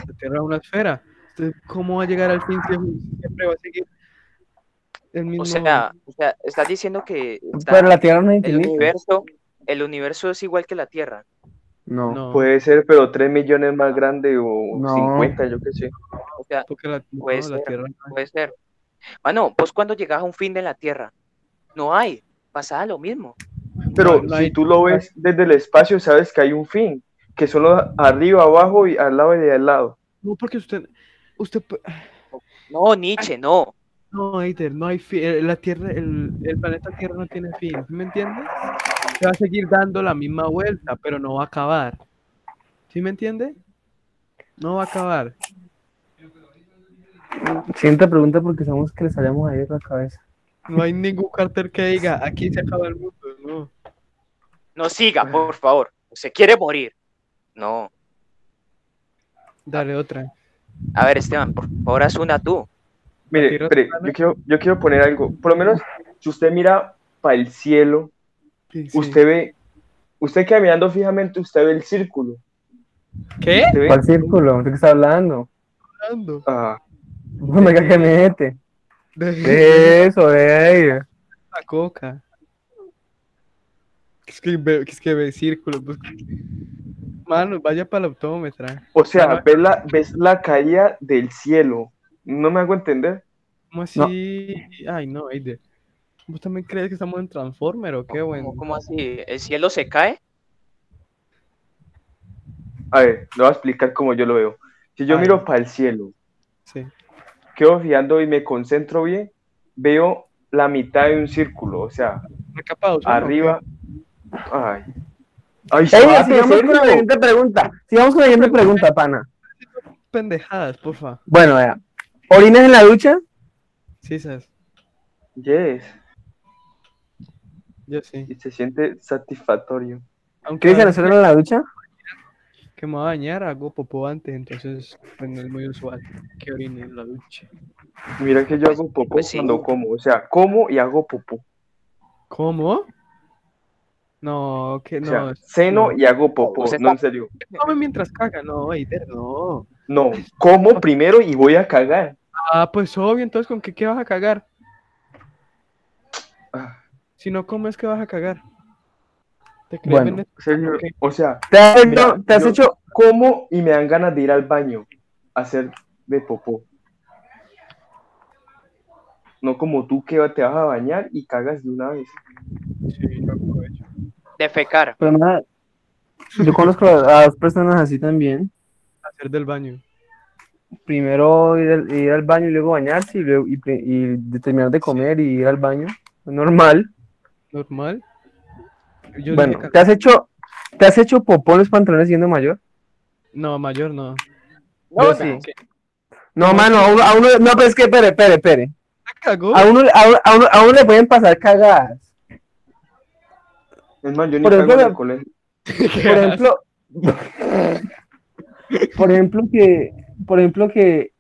Speaker 4: La Tierra es una esfera. Entonces, ¿cómo va a llegar al fin si es- siempre va a seguir el mismo?
Speaker 1: O sea, o sea, estás diciendo que está-
Speaker 2: Pero la Tierra no es
Speaker 1: el
Speaker 2: infinita.
Speaker 1: universo, el universo es igual que la Tierra.
Speaker 2: No.
Speaker 4: no,
Speaker 3: Puede ser, pero 3 millones más grande o
Speaker 2: No.
Speaker 3: 50, yo qué sé.
Speaker 1: O sea,
Speaker 4: porque la, no,
Speaker 1: puede
Speaker 4: la
Speaker 1: ser.
Speaker 4: Tierra
Speaker 1: puede ser. Mano, vos cuando llegas a un fin de la Tierra, no hay. Pasaba lo mismo.
Speaker 3: Pero
Speaker 4: No, no
Speaker 3: si
Speaker 4: hay-
Speaker 3: tú lo ves desde el espacio, sabes que hay un fin, que solo arriba, abajo y al lado y de al lado.
Speaker 4: no, porque usted, usted, pu- ah,
Speaker 1: No, Nietzsche, no.
Speaker 4: no, Eiter, no hay fin, eh, la Tierra, el, el planeta Tierra no tiene fin, ¿sí ¿me entiendes? Se va a seguir dando la misma vuelta, pero no va a acabar, ¿sí me entiende? No va a acabar.
Speaker 2: Siguiente pregunta porque sabemos que le salíamos a ir la cabeza.
Speaker 4: No hay ningún cartel que diga, aquí se acaba el mundo, no.
Speaker 1: No siga, por favor. Se quiere morir. No.
Speaker 4: Dale otra.
Speaker 1: A ver, Esteban, por favor, haz una tú.
Speaker 3: Mire,
Speaker 4: Tierra
Speaker 3: espere,
Speaker 4: plana.
Speaker 3: yo quiero, yo quiero poner algo. Por lo menos, si usted mira para el cielo,
Speaker 4: Sí, sí.
Speaker 3: usted ve, usted queda mirando fijamente, usted ve el círculo.
Speaker 4: ¿Qué?
Speaker 3: Usted ve-
Speaker 2: ¿Cuál círculo? ¿De qué está hablando?
Speaker 4: Hablando.
Speaker 3: Ah,
Speaker 2: No me cagué mete.
Speaker 4: De,
Speaker 2: De eso, eh? de ahí.
Speaker 4: la coca. Es que ve, es que ve círculos. pues. Mano, vaya para el optómetra.
Speaker 3: o sea,
Speaker 4: Claro.
Speaker 3: ves, la, ves la caída del cielo. No me hago entender.
Speaker 4: ¿Cómo así? Ay, no, Eider. ¿Vos también crees que estamos en Transformer o qué, bueno?
Speaker 1: ¿Cómo, cómo así? ¿El cielo se cae?
Speaker 3: A ver, lo voy a explicar como yo lo veo. Si yo
Speaker 4: A
Speaker 3: miro
Speaker 4: ver.
Speaker 3: para el cielo,
Speaker 4: Sí.
Speaker 3: quedo fijando y me concentro bien, veo la mitad de un círculo, o sea,
Speaker 4: Una capa de ozono,
Speaker 3: arriba. Ay. Ay,
Speaker 2: Ey,
Speaker 3: papi,
Speaker 2: sigamos Ah, con la
Speaker 3: círculo.
Speaker 2: siguiente pregunta. Sigamos con la siguiente pregunta, pana.
Speaker 4: ¿ok? Pendejadas, porfa.
Speaker 2: Bueno, vea. ¿Orinas en la ducha?
Speaker 4: Sí, sabes.
Speaker 3: Yes.
Speaker 4: Yo sí.
Speaker 3: Y se siente satisfactorio.
Speaker 4: Aunque
Speaker 2: ¿Quieres
Speaker 4: ahora
Speaker 2: hacer en la ducha?
Speaker 4: que me va a bañar, hago popó antes, entonces pues, no es muy usual que orine en la ducha.
Speaker 3: Mira que yo hago popó
Speaker 1: Pues sí.
Speaker 3: cuando como, o sea, como y hago popó.
Speaker 4: ¿Cómo? No, que
Speaker 3: O
Speaker 4: no.
Speaker 3: sea, ceno
Speaker 4: no.
Speaker 3: y hago popó.
Speaker 1: O sea,
Speaker 3: no, en serio.
Speaker 4: Come mientras caga, no, Eider, no.
Speaker 3: No, como primero y voy a cagar.
Speaker 4: Ah, pues obvio, entonces ¿con qué, qué vas a cagar?
Speaker 3: Ah,
Speaker 4: Si no comes, ¿qué vas a cagar? ¿Te crees
Speaker 2: Bueno.
Speaker 4: Venezuela?
Speaker 3: serio,
Speaker 4: Ok.
Speaker 3: O sea,
Speaker 2: ¿Te has hecho,
Speaker 3: Mira,
Speaker 2: te has
Speaker 3: yo-
Speaker 2: hecho
Speaker 3: como y me dan ganas de ir al baño a hacer de popó. No como tú que te vas a bañar y cagas de una vez.
Speaker 4: Sí, yo aprovecho.
Speaker 1: Defecar.
Speaker 2: Pero nada, yo conozco a a dos personas así también.
Speaker 4: Hacer del baño.
Speaker 2: Primero ir al, ir al baño y luego bañarse y, luego, y, pri- y de- terminar de comer y ir al baño. Normal.
Speaker 4: Normal. Yo
Speaker 2: bueno,
Speaker 4: dije,
Speaker 2: ¿te has hecho te has hecho popó en los pantalones siendo mayor?
Speaker 4: no, mayor no.
Speaker 2: No,
Speaker 4: Yo
Speaker 2: sí.
Speaker 4: no. ¿Qué?
Speaker 2: No, mano, a uno, a uno- no, pero es que, espere, espere, espere.
Speaker 4: ¿Cagó?
Speaker 2: A uno, a uno, a uno- a uno le pueden pasar cagadas.
Speaker 3: Es más, yo ni
Speaker 2: Por
Speaker 3: cago
Speaker 2: ejemplo,
Speaker 3: en el
Speaker 2: la-
Speaker 3: colegio.
Speaker 2: Por ejemplo, por ejemplo que, por ejemplo que,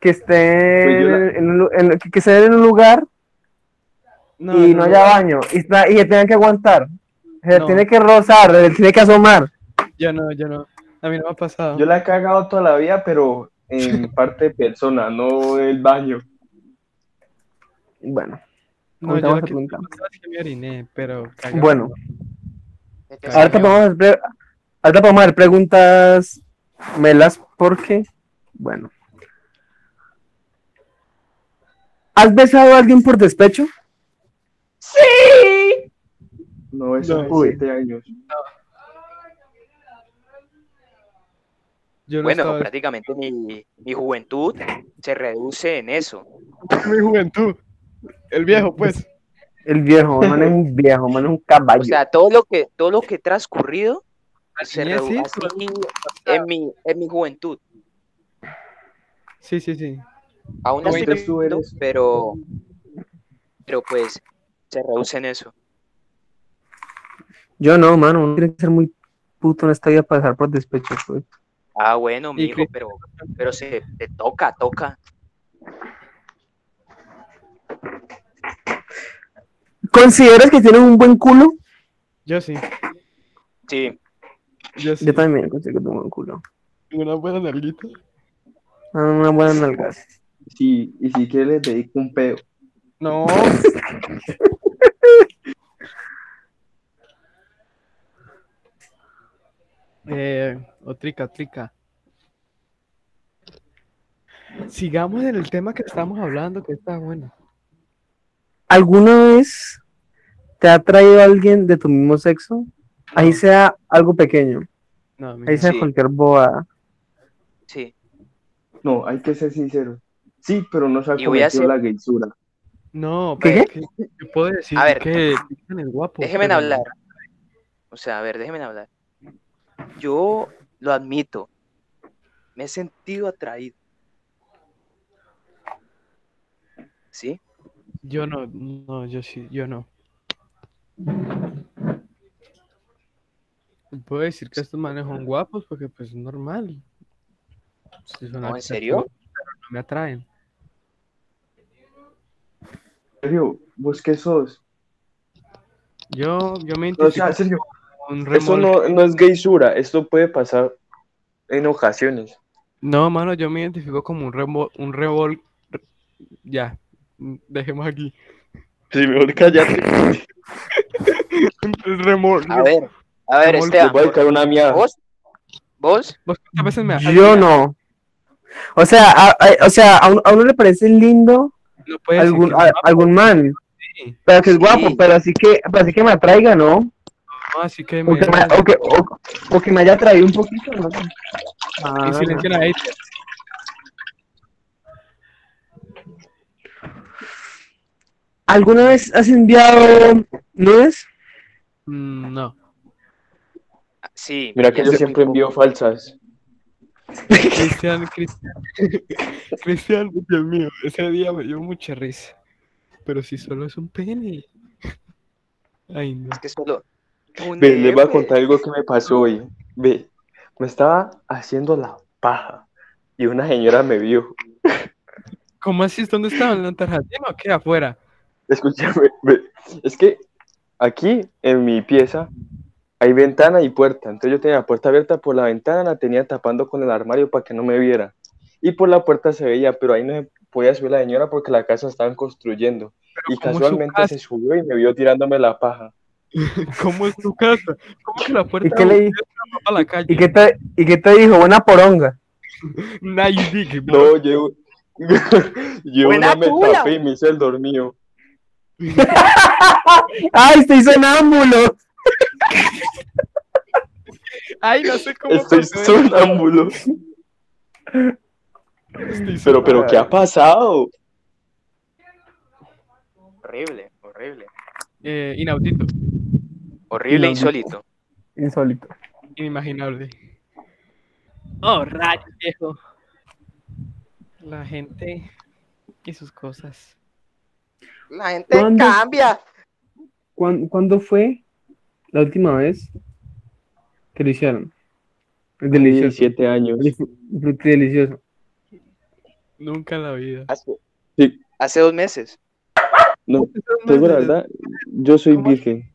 Speaker 2: que esté
Speaker 3: Pues yo la-
Speaker 2: en, un lu- en- que esté en un lugar y no haya baño y, está- y se tengan que aguantar. Se
Speaker 4: No.
Speaker 2: tiene que rozar, se tiene que asomar.
Speaker 4: Yo no, yo no. A mí no me ha pasado.
Speaker 3: Yo la he cagado toda la vida, pero en parte de persona, no el baño.
Speaker 2: Bueno,
Speaker 4: no,
Speaker 2: contamos
Speaker 4: yo
Speaker 2: la
Speaker 4: la que,
Speaker 2: pregunta.
Speaker 4: la que me oriné, pero cagado.
Speaker 2: Bueno,
Speaker 1: Defecar.
Speaker 2: ahorita podemos, hacer pre- ahorita podemos hacer preguntas melas porque, bueno. ¿Has besado a alguien por despecho?
Speaker 3: No, eso
Speaker 4: No.
Speaker 3: es
Speaker 2: Uy.
Speaker 3: siete años.
Speaker 4: Yo no
Speaker 1: Bueno,
Speaker 4: estaba-
Speaker 1: prácticamente mi, mi juventud se reduce en eso.
Speaker 4: mi juventud. El viejo, pues.
Speaker 2: El viejo, man es un viejo, man es un caballo.
Speaker 1: O sea, todo lo que, todo lo que he transcurrido se
Speaker 4: Niñez, sí, pues.
Speaker 1: reduce así en mi, en mi juventud.
Speaker 4: Sí, sí, sí.
Speaker 1: Aún no estoy
Speaker 3: Entonces tú
Speaker 1: viviendo,
Speaker 3: eres-
Speaker 1: pero, pero pues se reduce en eso.
Speaker 2: Yo no, mano, uno tiene que ser muy puto en esta vida para dejar por despecho. pues. güey.
Speaker 1: Ah, bueno,
Speaker 4: Y
Speaker 1: mijo, pero, pero se te toca, toca.
Speaker 2: ¿Consideras que tienes un buen culo?
Speaker 4: Yo sí.
Speaker 1: Sí,
Speaker 4: Yo sí.
Speaker 2: Yo también considero que tengo un culo.
Speaker 4: Una buena narguita.
Speaker 2: Ah, Una buena nalga.
Speaker 3: Sí, y si quieres le dedico un peo.
Speaker 4: No. eh, o trica, trica. Sigamos en el tema que estamos hablando, que está bueno.
Speaker 2: ¿Alguna vez te ha traído alguien de tu mismo sexo? Ahí sea algo pequeño,
Speaker 4: No, mira.
Speaker 2: ahí sea
Speaker 1: Sí.
Speaker 2: cualquier boa.
Speaker 1: sí.
Speaker 3: No, hay que ser sincero. Sí, pero no se ha
Speaker 1: Y voy a
Speaker 3: cometido
Speaker 1: ser-
Speaker 3: la gaysura.
Speaker 4: No,
Speaker 2: ¿Qué?
Speaker 4: pero es que yo puedo decir
Speaker 1: A ver.
Speaker 4: que Cristian es guapo.
Speaker 1: Déjenme
Speaker 4: pero-
Speaker 1: hablar. O sea, a ver, déjenme hablar. Yo lo admito. Me he sentido atraído. ¿Sí?
Speaker 4: Yo no, no, yo sí, yo no. Puedo decir que estos manes son guapos porque pues es normal. Sí, son
Speaker 1: No, ¿en
Speaker 4: atractivos,
Speaker 1: serio?
Speaker 4: Pero no me atraen.
Speaker 3: Sergio, ¿vos qué sos?
Speaker 4: Yo, yo me
Speaker 3: O
Speaker 4: identifico
Speaker 3: sea, Sergio,
Speaker 4: con un
Speaker 3: eso
Speaker 4: remolque.
Speaker 3: no, no es gaysura, esto puede pasar en ocasiones.
Speaker 4: No, mano, yo me identifico como un revol, un revol. Ya, mm, dejemos aquí.
Speaker 3: Sí, mejor cállate.
Speaker 4: Un remol.
Speaker 1: A ver, a ver,
Speaker 4: Ramón,
Speaker 3: Te
Speaker 1: Esteban.
Speaker 3: voy a echar una mía.
Speaker 1: ¿Vos? ¿Vos?
Speaker 4: ¿Vos cuántas veces me has
Speaker 2: Yo
Speaker 4: admirado?
Speaker 2: no. O sea, a, a- o sea, a, un- a uno le parece lindo
Speaker 4: No puedes decir
Speaker 2: algún,
Speaker 4: que
Speaker 2: a- algún man,
Speaker 4: sí.
Speaker 2: pero que es
Speaker 1: Sí.
Speaker 2: guapo, pero así que, pero así que me atraiga, ¿no?
Speaker 4: no, así que
Speaker 2: O
Speaker 4: me.
Speaker 2: que me, o que, o- o que me haya atraído un poquito, ¿no?
Speaker 4: y silencian a Hater.
Speaker 2: ¿Alguna vez has enviado nudes?
Speaker 4: Mm, No.
Speaker 1: Ah, Sí.
Speaker 3: Mira que
Speaker 1: eso
Speaker 3: yo
Speaker 1: es
Speaker 3: siempre
Speaker 1: muy
Speaker 3: envío falsas.
Speaker 4: Cristian, Cristian, Cristian, Dios mío, ese día me dio mucha risa. Pero si solo es un pene. Ay, no.
Speaker 1: poco, Es que solo. Un
Speaker 3: Ve, les voy a
Speaker 1: DM.
Speaker 3: contar algo que me pasó hoy. Ve, me estaba haciendo la paja y una señora me vio.
Speaker 4: ¿Cómo así? ¿Dónde estaba? ¿En la tarjeta o qué? Afuera.
Speaker 3: Escúchame, ve, es que aquí en mi pieza hay ventana y puerta. Entonces yo tenía la puerta abierta, por la ventana la tenía tapando con el armario para que no me viera. Y por la puerta se veía, pero ahí no se podía subir la señora porque la casa estaban construyendo.
Speaker 4: Pero
Speaker 3: Y
Speaker 4: ¿cómo es su
Speaker 3: casualmente
Speaker 4: casa?
Speaker 3: se subió y me vio tirándome la paja.
Speaker 4: ¿Cómo es tu casa? ¿Cómo que la puerta
Speaker 2: qué le
Speaker 4: de
Speaker 2: di-
Speaker 4: la mapa a la calle?
Speaker 2: ¿Y qué te, y qué te dijo? Buena poronga.
Speaker 4: Nadie diga, bro.
Speaker 3: No, yo, yo
Speaker 6: Buena
Speaker 3: no me
Speaker 6: tula.
Speaker 3: tapé y me hice el dormido.
Speaker 2: ¡Ay, estoy sonámbulo!
Speaker 4: Ay, no sé cómo
Speaker 3: Estoy
Speaker 4: pasó eso.
Speaker 3: sonámbulo.
Speaker 4: Estoy
Speaker 3: Pero, pero, ¿qué ha pasado?
Speaker 1: Horrible, horrible.
Speaker 4: Eh, inaudito,
Speaker 1: Horrible,
Speaker 2: No,
Speaker 1: insólito.
Speaker 2: Insólito.
Speaker 4: inimaginable. Oh, rayo, viejo. La gente y sus cosas.
Speaker 6: La gente
Speaker 2: ¿Cuándo?
Speaker 6: cambia.
Speaker 2: ¿Cuán- ¿Cuándo fue la última vez que lo hicieron? El delicioso.
Speaker 3: 17 años.
Speaker 2: El fru- el frutti delicioso.
Speaker 4: Nunca en la vida.
Speaker 1: Hace,
Speaker 3: Sí.
Speaker 1: hace dos meses.
Speaker 3: No, te digo Pues la verdad, yo soy virgen.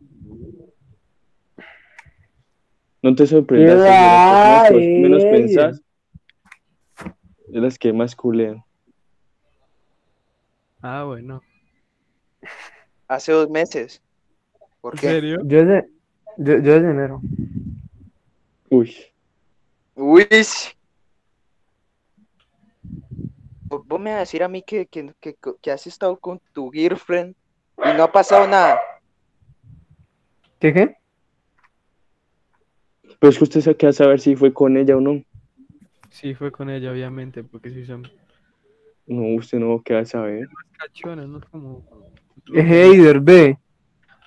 Speaker 3: No te sorprendas,
Speaker 2: Qué
Speaker 3: señora, que
Speaker 2: va,
Speaker 3: menos, menos
Speaker 2: eh.
Speaker 3: pensás. Es las que más culean.
Speaker 4: Ah, bueno.
Speaker 1: Hace dos meses. ¿Por
Speaker 4: ¿En
Speaker 1: qué?
Speaker 4: serio?
Speaker 2: Yo desde, yo, yo desde enero.
Speaker 3: Uy,
Speaker 1: Uy. Vo- Vos me vas a decir a mí que, que, que, que has estado con tu girlfriend y no ha pasado nada.
Speaker 2: ¿Qué qué?
Speaker 3: pero es pues que usted se queda a saber si fue con ella o no.
Speaker 4: Sí, fue con ella, obviamente, porque si son
Speaker 3: No, usted no queda a saber.
Speaker 4: cachones, no como
Speaker 2: Es Heider, ve.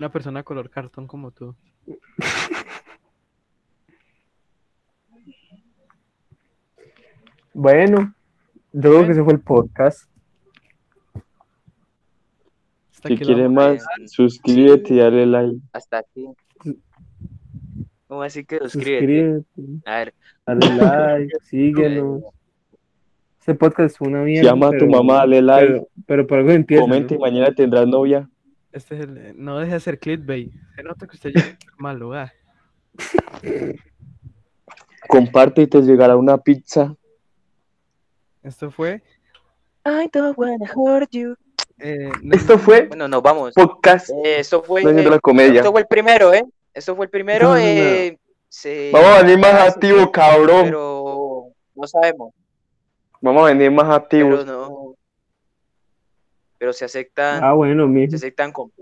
Speaker 4: una persona color cartón como tú.
Speaker 2: Bueno, yo creo que ese fue el podcast.
Speaker 4: Hasta
Speaker 3: Si
Speaker 4: que la-
Speaker 3: quiere más,
Speaker 1: Eh,
Speaker 3: suscríbete y dale like.
Speaker 1: Hasta aquí. ¿Cómo así que suscríbete?
Speaker 2: Suscríbete,
Speaker 1: A ver,
Speaker 2: dale like, síguenos. Este podcast fue una mierda.
Speaker 3: Llama a tu
Speaker 2: pero-
Speaker 3: mamá, dale like,
Speaker 2: Pero, pero por algo empieza.
Speaker 3: comenta y
Speaker 2: ¿no?
Speaker 3: mañana tendrás novia.
Speaker 4: eh, Este es el... No deje de hacer clickbait. Se nota que usted ya está en mal lugar.
Speaker 3: Comparte y te llegará una pizza.
Speaker 4: Esto fue.
Speaker 1: I don't wanna hurt you.
Speaker 4: eh, no-
Speaker 3: Esto fue
Speaker 1: Bueno, nos vamos.
Speaker 3: podcast
Speaker 1: Eh, esto fue.
Speaker 3: Dueños de
Speaker 1: eh,
Speaker 3: la comedia.
Speaker 1: Esto fue el primero, ¿eh? Esto fue el primero.
Speaker 4: No, no, no.
Speaker 1: eh, se-
Speaker 3: Vamos a venir más activos, cabrón.
Speaker 1: Pero no sabemos.
Speaker 3: Vamos a venir más
Speaker 1: Pero
Speaker 3: activos.
Speaker 1: no. Pero se aceptan,
Speaker 2: Ah, bueno,
Speaker 1: se
Speaker 2: mijo.
Speaker 1: aceptan con-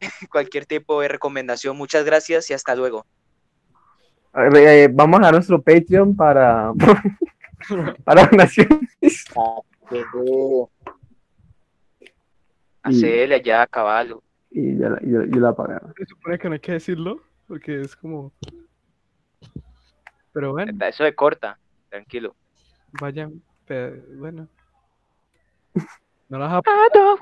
Speaker 1: cualquier tipo de recomendación. Muchas gracias y hasta luego.
Speaker 2: A ver, eh, vamos a dar nuestro Patreon para, para donaciones.
Speaker 9: Hacele allá, caballo.
Speaker 2: Y ya la, yo, yo la pagaron.
Speaker 4: Se supone que no hay que decirlo, porque es como. Pero bueno,
Speaker 9: Eso de corta, tranquilo.
Speaker 4: vayan. pe- Bueno. No las